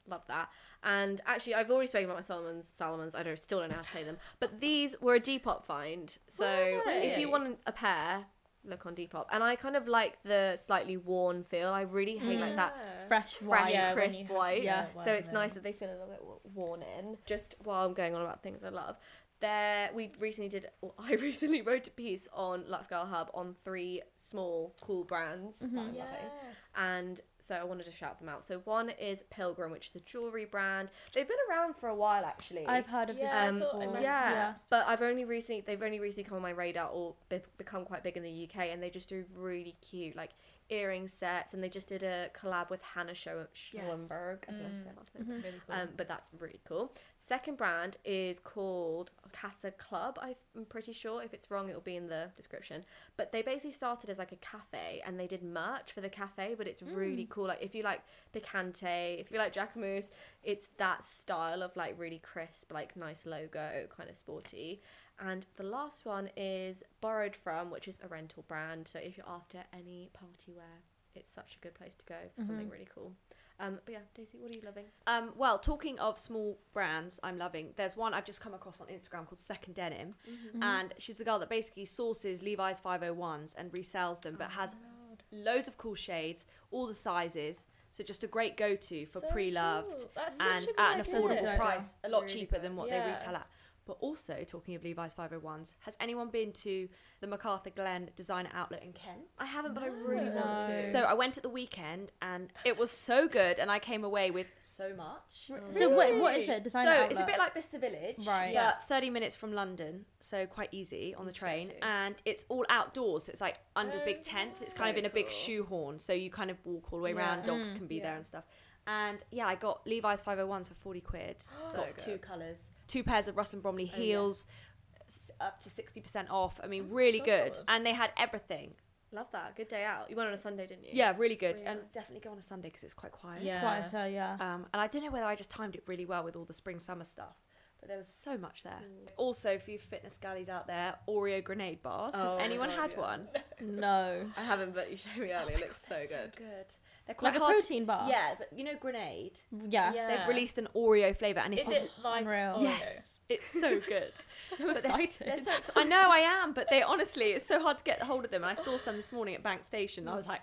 Speaker 3: love that. And actually, I've already spoken about my Salomons. Salomons. I don't still don't know how to say them, but these were a Depop find. So
Speaker 4: Were they?
Speaker 3: if you want a pair, look on Depop. And I kind of like the slightly worn feel. I really hate like that
Speaker 1: Fresh,
Speaker 3: fresh,
Speaker 1: white.
Speaker 4: Yeah, when
Speaker 3: crisp
Speaker 4: you have
Speaker 3: white.
Speaker 1: to Yeah.
Speaker 4: wear
Speaker 3: So it's
Speaker 4: them.
Speaker 3: nice that they feel a little bit w- worn in. Just while I'm going on about things I love, there we recently did. Or [LAUGHS] I recently wrote a piece on Lux Girl Hub on three small cool brands that I'm loving. And so I wanted to shout them out. So one is Pilgrim, which is a jewelry brand. They've been around for a while actually.
Speaker 1: I've heard of this
Speaker 4: Yeah, I
Speaker 1: one
Speaker 4: thought I
Speaker 1: before.
Speaker 4: might-
Speaker 3: Yeah,
Speaker 1: Yeah.
Speaker 3: but I've only recently they've only recently come on my radar or be- become quite big in the UK, and they just do really cute like earring sets, and they just did a collab with Hannah Scho- Schoenberg. I think
Speaker 4: Mm.
Speaker 3: that's their last name.
Speaker 4: Really cool.
Speaker 3: Um, but that's really cool. Second brand is called Casa Club. I- I'm pretty sure. If it's wrong, it'll be in the description. But they basically started as like a cafe, and they did merch for the cafe. But it's really cool. Like if you like Picante, if you like Jacquemus, it's that style of like really crisp, like nice logo, kind of sporty. And the last one is Borrowed From, which is a rental brand. So if you're after any party wear, it's such a good place to go for something really cool. Um, but yeah, Daisy, what are you loving?
Speaker 2: Um, well, talking of small brands, I'm loving. There's one I've just come across on Instagram called Second Denim,
Speaker 4: Mm-hmm.
Speaker 2: and she's the girl that basically sources Levi's 501s and resells them, but has
Speaker 4: Oh.
Speaker 3: Oh,
Speaker 2: loads of cool shades, all the sizes. So just a great go-to for
Speaker 4: So
Speaker 2: pre-loved
Speaker 4: cool. That's such
Speaker 2: and
Speaker 4: a good
Speaker 2: at an
Speaker 4: idea.
Speaker 1: Good
Speaker 2: affordable
Speaker 1: idea.
Speaker 2: price, a lot
Speaker 3: Really
Speaker 2: cheaper
Speaker 3: good.
Speaker 2: than what they
Speaker 4: Yeah.
Speaker 2: retail at. But also, talking of Levi's 501s, has anyone been to the MacArthur Glen designer outlet in Kent?
Speaker 3: I haven't, but I really want
Speaker 1: No.
Speaker 3: to.
Speaker 2: So I went at the weekend and it was so good, and I came away with so much.
Speaker 1: So what, what is it? Design
Speaker 2: so
Speaker 1: outlet?
Speaker 2: it's a bit like Bicester Village,
Speaker 1: Right.
Speaker 2: Yeah,
Speaker 1: Yeah.
Speaker 2: thirty minutes from London, so quite easy on the
Speaker 3: Easy to get
Speaker 2: train,
Speaker 3: to.
Speaker 2: and it's all outdoors. So it's like under
Speaker 4: Oh,
Speaker 2: big tents. It's
Speaker 4: nice.
Speaker 2: kind of in a big
Speaker 3: Cool.
Speaker 2: shoehorn, so you kind of walk all the way
Speaker 4: Yeah.
Speaker 2: around. Dogs
Speaker 1: Mm.
Speaker 2: can be there
Speaker 3: Yeah.
Speaker 2: and stuff. And yeah, I got Levi's five hundred ones for forty quid.
Speaker 3: So
Speaker 2: got two
Speaker 3: good.
Speaker 2: colours, two pairs of Russ and Bromley
Speaker 3: Oh, yeah.
Speaker 2: heels, s- up to sixty percent off. I mean,
Speaker 4: Oh my
Speaker 2: really good,
Speaker 4: God.
Speaker 2: and they had everything.
Speaker 3: Love that. Good day out. You went on a Sunday, didn't you?
Speaker 2: Yeah, really good,
Speaker 3: Really
Speaker 2: and
Speaker 3: nice.
Speaker 2: definitely go on a Sunday because it's quite quiet.
Speaker 4: Yeah.
Speaker 1: quieter, yeah.
Speaker 2: Um, and I don't know whether I just timed it really well with all the spring summer stuff, but there was so much there. Also, for you fitness galleys out there, Oreo grenade bars. Has
Speaker 3: Oh my
Speaker 2: anyone
Speaker 3: God,
Speaker 2: had
Speaker 3: yeah.
Speaker 2: one?
Speaker 1: No.
Speaker 3: I haven't, but you showed me earlier.
Speaker 2: Oh
Speaker 3: it
Speaker 2: my
Speaker 3: looks
Speaker 2: God,
Speaker 3: [LAUGHS] so
Speaker 2: they're
Speaker 3: good.
Speaker 2: They're quite
Speaker 1: Like a
Speaker 2: hard. to-
Speaker 1: protein bar.
Speaker 2: Yeah, but you know grenade.
Speaker 1: Yeah.
Speaker 4: Yeah.
Speaker 2: They've released an Oreo flavor, and
Speaker 4: Is
Speaker 2: it's
Speaker 4: it like
Speaker 1: unreal.
Speaker 4: Oreo?
Speaker 2: yes, it's so good.
Speaker 1: So
Speaker 2: But they're- they're
Speaker 1: excited.
Speaker 2: so ex- I know I am, but they honestly, it's so hard to get hold of them. And I saw some this morning at Bank Station. And I was like,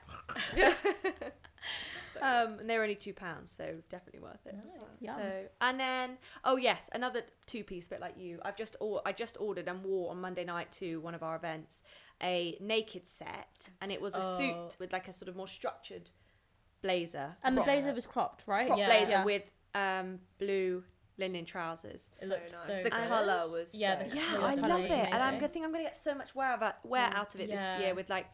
Speaker 2: um, and they were only two pounds, so definitely worth it.
Speaker 1: Yeah.
Speaker 2: So and then oh yes, another two piece bit like you. I've just or- I just ordered and wore on Monday night to one of our events a naked set, and it was a
Speaker 4: Oh.
Speaker 2: suit with like a sort of more structured blazer,
Speaker 1: And the
Speaker 2: crop,
Speaker 1: blazer was cropped, right?
Speaker 2: crop
Speaker 4: Yeah.
Speaker 2: blazer
Speaker 1: Yeah.
Speaker 2: with um, blue linen trousers.
Speaker 3: So
Speaker 4: looked
Speaker 3: nice.
Speaker 4: so
Speaker 3: the
Speaker 4: good.
Speaker 3: colour was
Speaker 4: Yeah,
Speaker 3: so
Speaker 4: the
Speaker 2: Yeah,
Speaker 4: colours
Speaker 2: I
Speaker 4: are
Speaker 2: love it,
Speaker 4: amazing.
Speaker 2: Mm. and I'm gonna think I'm gonna get so much wear out, wear out of it
Speaker 4: Yeah.
Speaker 2: this year with like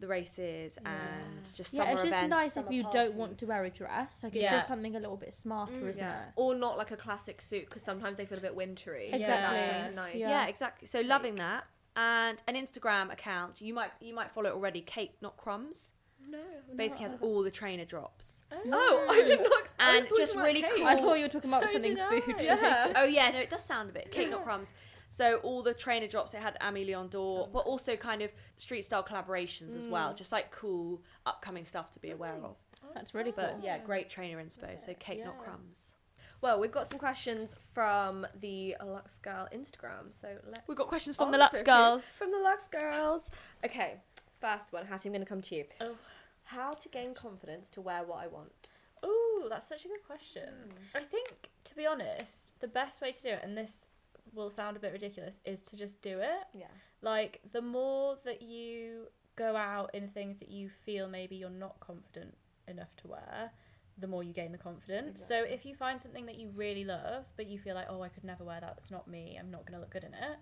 Speaker 2: the races and just summer
Speaker 1: yeah, it's just
Speaker 2: events.
Speaker 1: nice if
Speaker 2: summer
Speaker 1: you don't want to
Speaker 2: parties.
Speaker 1: wear a dress. Like it's
Speaker 4: Yeah.
Speaker 1: just something a little bit smarter,
Speaker 2: Mm,
Speaker 1: isn't
Speaker 3: yeah.
Speaker 1: it?
Speaker 3: Or not like a classic suit because sometimes they feel a bit wintry.
Speaker 4: Yeah.
Speaker 1: Exactly.
Speaker 3: That's nice.
Speaker 1: Yeah.
Speaker 2: Yeah, exactly. So loving that. And an Instagram account. You might you might follow it already. Cake not crumbs.
Speaker 3: No.
Speaker 2: Basically has all the trainer drops.
Speaker 3: Oh, I did not expect.
Speaker 2: And just really cool.
Speaker 1: I thought you were talking about
Speaker 4: So
Speaker 1: something
Speaker 4: did I.
Speaker 1: food. related.
Speaker 3: Yeah.
Speaker 2: Oh yeah, no, it does sound a bit cake not crumbs. So all the trainer drops it had Amelie Leon Dor, but also kind of street style collaborations as well, just like cool upcoming stuff to be aware of.
Speaker 1: [LAUGHS] That's really cool.
Speaker 2: But yeah, great trainer inspo. So cake not
Speaker 4: Yeah.
Speaker 2: crumbs.
Speaker 3: Well, we've got some questions from the Lux Girl Instagram, so let's.
Speaker 2: We've got questions from the Lux
Speaker 3: answer a few
Speaker 2: girls.
Speaker 3: From the Lux Girls. Okay, first one, Hattie, I'm going to come to you.
Speaker 4: Oh.
Speaker 3: How to gain confidence to wear what I want.
Speaker 4: Oh, that's such a good question.
Speaker 2: Mm.
Speaker 4: I think, to be honest, the best way to do it, and this will sound a bit ridiculous, is to just do it.
Speaker 3: Yeah.
Speaker 4: Like, the more that you go out in things that you feel maybe you're not confident enough to wear, the more you gain the confidence. So, if you find something that you really love, but you feel like, oh, I could never wear that, that's not me, I'm not going to look good in it,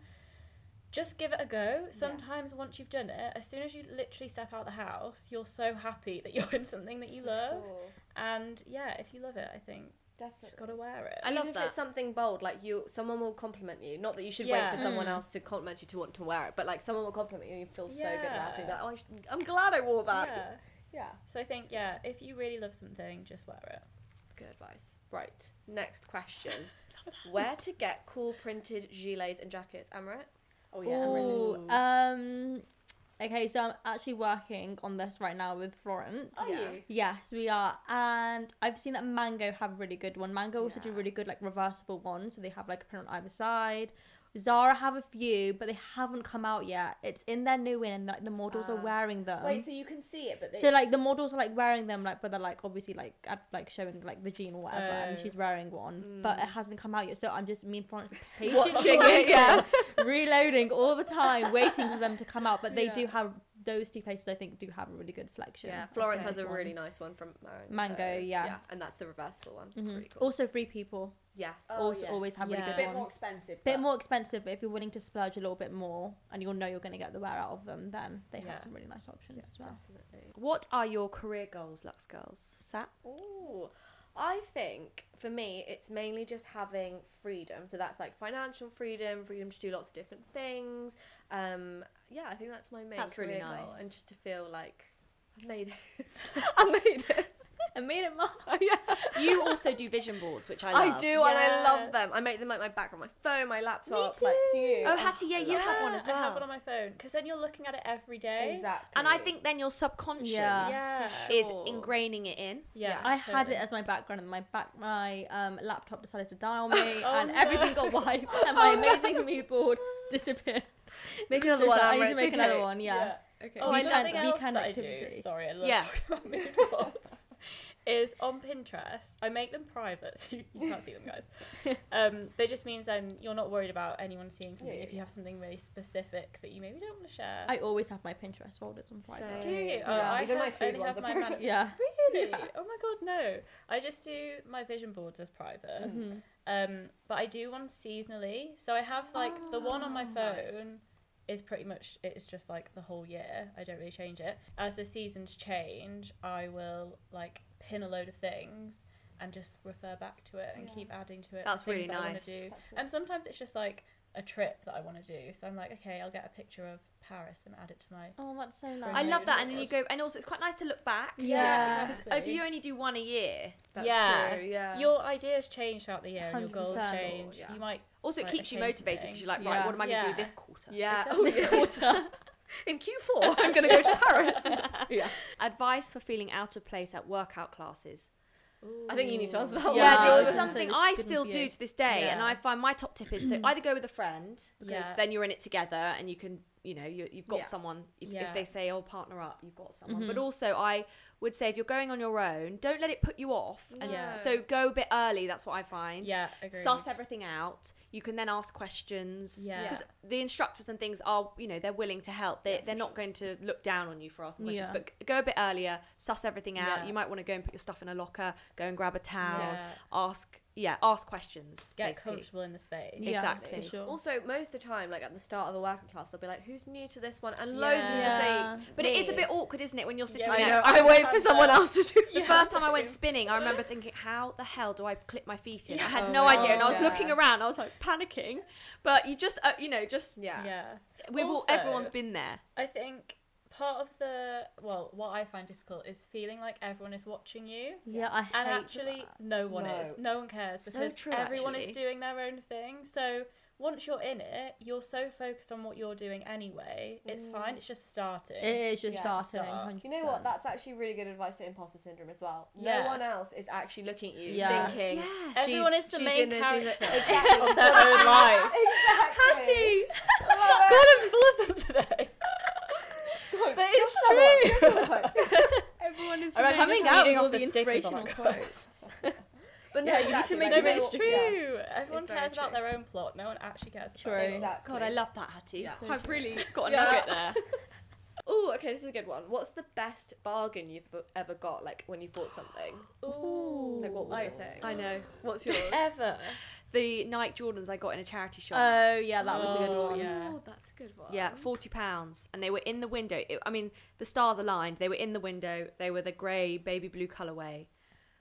Speaker 4: just give it a go. Sometimes, once you've done it, as soon as you literally step out the house, you're so happy that you're in something that you love. And yeah, if you love it, I think
Speaker 3: Definitely.
Speaker 4: just gotta wear it.
Speaker 2: I
Speaker 3: Even
Speaker 2: love
Speaker 3: if
Speaker 2: that.
Speaker 3: it's something bold, like you, someone will compliment you. Not that you should
Speaker 4: Yeah.
Speaker 3: wait for someone
Speaker 1: Mm.
Speaker 3: else to compliment you to want to wear it, but like someone will compliment you and you feel so good about it.
Speaker 4: Yeah.
Speaker 3: Like, oh, I should, I'm glad I wore that.
Speaker 4: yeah.
Speaker 3: yeah.
Speaker 4: So I think yeah, if you really love something, just wear it.
Speaker 3: Good advice. Right. Next question. Where to get cool printed gilets and jackets, Amaret? Oh
Speaker 1: Ooh, um, okay, so I'm actually working on this right now with Florence.
Speaker 3: Are
Speaker 2: Yeah.
Speaker 3: you?
Speaker 1: Yes, we are, and I've seen that Mango have a really good one. Mango also do
Speaker 3: Yeah.
Speaker 1: really good like reversible ones, so they have like a print on either side. Zara have a few, but they haven't come out yet. It's in their new in, and like the models are
Speaker 3: Ah.
Speaker 1: wearing them.
Speaker 2: so you can see it, but
Speaker 1: so like the models are like wearing them, like but they're like obviously like at, like showing like the jean or whatever, and
Speaker 4: Oh.
Speaker 1: she's wearing one, but it
Speaker 2: Hmm.
Speaker 1: hasn't come out yet. So I'm just me and
Speaker 2: [LAUGHS]
Speaker 1: Florence are
Speaker 3: Watching
Speaker 2: Oh
Speaker 1: patiently
Speaker 3: it, yeah.
Speaker 1: [LAUGHS] reloading all the time, waiting for them to come out. But they
Speaker 4: Yeah.
Speaker 1: do have those two places. I think do have a really good selection.
Speaker 3: Yeah,
Speaker 1: of
Speaker 3: Florence has
Speaker 1: printed
Speaker 3: a really
Speaker 1: ones.
Speaker 3: nice one from Mango.
Speaker 1: Mango, yeah.
Speaker 3: and that's the reversible one. It's
Speaker 1: Mhm.
Speaker 3: really cool.
Speaker 1: Also, free people
Speaker 3: Oh, Yeah.
Speaker 1: also always have really
Speaker 4: Oh, Yeah.
Speaker 1: good
Speaker 4: Bit
Speaker 1: ones.
Speaker 2: expensive.
Speaker 1: Bit more expensive, but if you're willing to splurge a little bit more, and you'll know you're going to get the wear out of them, then they
Speaker 4: Yeah.
Speaker 1: have some really nice options as
Speaker 4: [LAUGHS]
Speaker 1: well.
Speaker 3: Definitely.
Speaker 2: What are your career goals, Lux girls? Sap.
Speaker 3: Ooh. I think for me, it's mainly just having freedom. So that's like financial freedom, freedom to do lots of different things. Um, yeah, I think that's my main
Speaker 2: That's really
Speaker 3: career goal,
Speaker 2: nice.
Speaker 3: and just to feel like I've made it. I made it. [LAUGHS]
Speaker 1: I made it, Mark.
Speaker 2: You also do vision boards, which I
Speaker 3: I,
Speaker 2: love.
Speaker 3: do, and I love them. I make them like my background, my phone, my laptop. Like, do you?
Speaker 2: Oh, Hattie, yeah, you have one as well.
Speaker 4: I have one on my phone because then you're looking at it every day.
Speaker 3: exactly.
Speaker 2: and I think then your subconscious
Speaker 1: Yeah.
Speaker 4: Yeah.
Speaker 2: is
Speaker 3: Sure.
Speaker 2: ingraining it in.
Speaker 4: Yeah,
Speaker 1: [LAUGHS] I had
Speaker 4: totally.
Speaker 1: it as my background, and my back, my um, laptop decided to die on me,
Speaker 4: [LAUGHS] Oh,
Speaker 1: and
Speaker 4: no. Oh,
Speaker 1: everything got wiped, and
Speaker 4: [LAUGHS]
Speaker 1: my amazing mood board disappeared.
Speaker 3: make
Speaker 1: So
Speaker 3: another one.
Speaker 1: I need
Speaker 3: Amber,
Speaker 1: to
Speaker 3: it's
Speaker 1: make another
Speaker 3: okay.
Speaker 1: one. Yeah.
Speaker 3: Okay.
Speaker 4: Oh,
Speaker 1: We
Speaker 4: I
Speaker 1: can-
Speaker 4: something
Speaker 1: we
Speaker 4: else
Speaker 1: can
Speaker 4: that I
Speaker 1: activity.
Speaker 4: do. Sorry, I love
Speaker 2: Yeah.
Speaker 4: talking about mood boards. [LAUGHS] is on Pinterest. I make them private, [LAUGHS] so you, you can't see them, guys. Um, but it just means then you're not worried about anyone seeing something
Speaker 3: Yeah,
Speaker 4: if you have something really specific that you maybe don't want to share.
Speaker 1: I always have my Pinterest folders on private.
Speaker 4: do you?
Speaker 3: Yeah.
Speaker 4: Oh, I
Speaker 3: Even my
Speaker 4: have-
Speaker 3: food
Speaker 4: only
Speaker 3: ones
Speaker 4: have
Speaker 3: are
Speaker 4: my
Speaker 3: perfect.
Speaker 4: man-
Speaker 1: Yeah.
Speaker 4: Really? Oh my god, no. I just do my vision boards as private.
Speaker 1: Mhm.
Speaker 4: Um, but I do one seasonally. So I have like the one on my
Speaker 3: Oh,
Speaker 4: phone
Speaker 3: nice.
Speaker 4: is pretty much it's just like the whole year. I don't really change it. As the seasons change, I will like pin a load of things and just refer back to it and
Speaker 3: Yeah.
Speaker 4: keep adding to it.
Speaker 2: That's
Speaker 4: things
Speaker 2: really
Speaker 4: that I wanna
Speaker 2: nice.
Speaker 4: do.
Speaker 3: That's
Speaker 4: And sometimes it's just like a trip that I want to do. So I'm like, okay, I'll get a picture of Paris and add it to my
Speaker 1: Oh, that's so
Speaker 4: Screen
Speaker 1: nice.
Speaker 2: I love that. And then you
Speaker 4: Yes.
Speaker 2: go, and also it's quite nice to look back.
Speaker 1: Yeah.
Speaker 2: Because if you only do one a year,
Speaker 3: That's
Speaker 4: Yeah.
Speaker 3: true, yeah.
Speaker 4: Your ideas change throughout the year and your goals
Speaker 1: 100%.
Speaker 4: change.
Speaker 3: Yeah.
Speaker 4: You might
Speaker 2: also it
Speaker 4: Right,
Speaker 2: keeps you
Speaker 4: okay,
Speaker 2: motivated
Speaker 4: something.
Speaker 2: because you're like, right,
Speaker 1: Yeah.
Speaker 2: what am I going to
Speaker 4: Yeah.
Speaker 2: do this quarter?
Speaker 3: yeah.
Speaker 4: Exactly.
Speaker 2: [LAUGHS]
Speaker 3: yeah.
Speaker 1: quarter.
Speaker 3: in Q4, I'm going to go to Paris. yeah.
Speaker 2: Advice for feeling out of place at workout classes.
Speaker 3: I think you need to answer that
Speaker 1: Oh,
Speaker 3: one.
Speaker 2: yeah,
Speaker 1: wow.
Speaker 2: this is
Speaker 1: Yeah.
Speaker 2: something
Speaker 1: So
Speaker 2: I
Speaker 1: it's good
Speaker 2: still
Speaker 1: for
Speaker 2: do
Speaker 1: you.
Speaker 2: to this day, and
Speaker 4: Yeah.
Speaker 2: I find my top tip is to either go with a friend because
Speaker 4: Yeah.
Speaker 2: then you're in it together and you can, you know, you, you've got
Speaker 3: Yeah.
Speaker 2: someone. If,
Speaker 4: Yeah.
Speaker 2: if they say, "Oh, partner up," you've got someone. But also, I would say if you're going on your own, don't let it put you off. And
Speaker 3: No.
Speaker 2: so go a bit early. That's what I find.
Speaker 4: Yeah, agree.
Speaker 2: Suss everything out. You can then ask questions.
Speaker 4: Yeah.
Speaker 2: Because the instructors and things are, you know, they're willing to help. They, they're not going to look down on you for asking questions.
Speaker 1: Yeah.
Speaker 2: But g- go a bit earlier, suss everything out.
Speaker 4: Yeah.
Speaker 2: You might want to go and put your stuff in a locker, go and grab a towel,
Speaker 4: Yeah.
Speaker 2: ask yeah, ask questions.
Speaker 4: Get
Speaker 2: basically.
Speaker 4: comfortable in the space.
Speaker 1: Yeah,
Speaker 2: Exactly.
Speaker 1: for sure.
Speaker 3: Also, most of the time, like at the start of a working class, they'll be like, "Who's new to this one?" And loads of people say
Speaker 1: Yeah.
Speaker 2: But it is a
Speaker 3: Weird.
Speaker 2: bit awkward, isn't it, when you're sitting
Speaker 4: I
Speaker 2: there?
Speaker 4: know.
Speaker 2: I
Speaker 4: I
Speaker 2: wait
Speaker 4: have
Speaker 2: for someone
Speaker 4: that.
Speaker 2: else to
Speaker 4: [LAUGHS]
Speaker 2: do it. The
Speaker 4: Yeah.
Speaker 2: first time I went spinning, I remember thinking, how the hell do I clip my feet in? I had
Speaker 3: Oh
Speaker 2: no
Speaker 3: my
Speaker 2: idea. And I was
Speaker 3: God.
Speaker 2: looking around, I was like panicking. But you just, uh, you know, just,
Speaker 3: Yeah.
Speaker 4: yeah.
Speaker 2: we've all,
Speaker 4: Also-
Speaker 2: everyone's been there.
Speaker 4: I think part of the well, what I find difficult is feeling like everyone is watching you.
Speaker 1: Yeah, I hate
Speaker 4: And actually, no one
Speaker 3: No.
Speaker 4: is. No one cares
Speaker 2: So
Speaker 4: because
Speaker 2: true,
Speaker 4: everyone
Speaker 2: actually.
Speaker 4: is doing their own thing. So once you're in it, you're so focused on what you're doing anyway. It's fine. It's just starting.
Speaker 1: It
Speaker 4: [LAUGHS]
Speaker 1: is just
Speaker 3: Yeah,
Speaker 4: to
Speaker 1: starting.
Speaker 4: start.
Speaker 1: 100%.
Speaker 3: You know what? That's actually really good advice for imposter syndrome as well. No
Speaker 4: Yeah.
Speaker 3: one else is actually looking at you,
Speaker 1: Yeah.
Speaker 3: thinking.
Speaker 2: Yeah.
Speaker 4: um, everyone
Speaker 3: she's-
Speaker 4: is the
Speaker 3: she's
Speaker 4: main
Speaker 3: doing this, she's
Speaker 4: character
Speaker 3: like-
Speaker 4: [LAUGHS]
Speaker 3: Exactly.
Speaker 4: of their own life.
Speaker 3: [LAUGHS] exactly.
Speaker 2: Hattie!
Speaker 3: Love
Speaker 4: God, I'm full of them today.
Speaker 3: it.
Speaker 2: But it's
Speaker 3: Just another one,
Speaker 2: true.
Speaker 3: just another one.
Speaker 1: Everyone is
Speaker 4: I'm actually
Speaker 1: coming out
Speaker 4: just
Speaker 1: with
Speaker 4: reading
Speaker 1: all
Speaker 4: off
Speaker 1: the,
Speaker 4: the stickers on
Speaker 1: inspirational
Speaker 4: our
Speaker 1: quotes.
Speaker 3: But no,
Speaker 2: Yeah, you need
Speaker 3: exactly.
Speaker 2: to make
Speaker 4: No,
Speaker 2: it
Speaker 4: but
Speaker 2: real-
Speaker 4: it's true.
Speaker 3: Yes.
Speaker 4: Everyone
Speaker 3: It's very
Speaker 4: cares about
Speaker 3: true.
Speaker 4: their own plot. No one actually cares about
Speaker 1: True.
Speaker 4: theirs.
Speaker 3: Exactly.
Speaker 2: God, I love that, Hattie.
Speaker 3: Yeah.
Speaker 1: So
Speaker 2: I've
Speaker 1: true.
Speaker 2: really got a
Speaker 4: Yeah.
Speaker 2: nugget there.
Speaker 3: Oh, okay, this is a good one. What's the best bargain you've b- ever got, like when you bought something?
Speaker 4: Ooh.
Speaker 3: Like, what was
Speaker 4: I-
Speaker 3: the thing?
Speaker 2: I know.
Speaker 3: What's yours?
Speaker 4: Ever.
Speaker 2: The Nike Jordans I got in a charity shop.
Speaker 4: Uh,
Speaker 1: Oh yeah, that was a good
Speaker 4: Oh,
Speaker 1: one.
Speaker 4: yeah.
Speaker 3: Oh, that's a good one.
Speaker 2: Yeah, forty pounds, and they were in the window. It, I mean, the stars aligned. They were in the window. They were the grey baby blue colorway,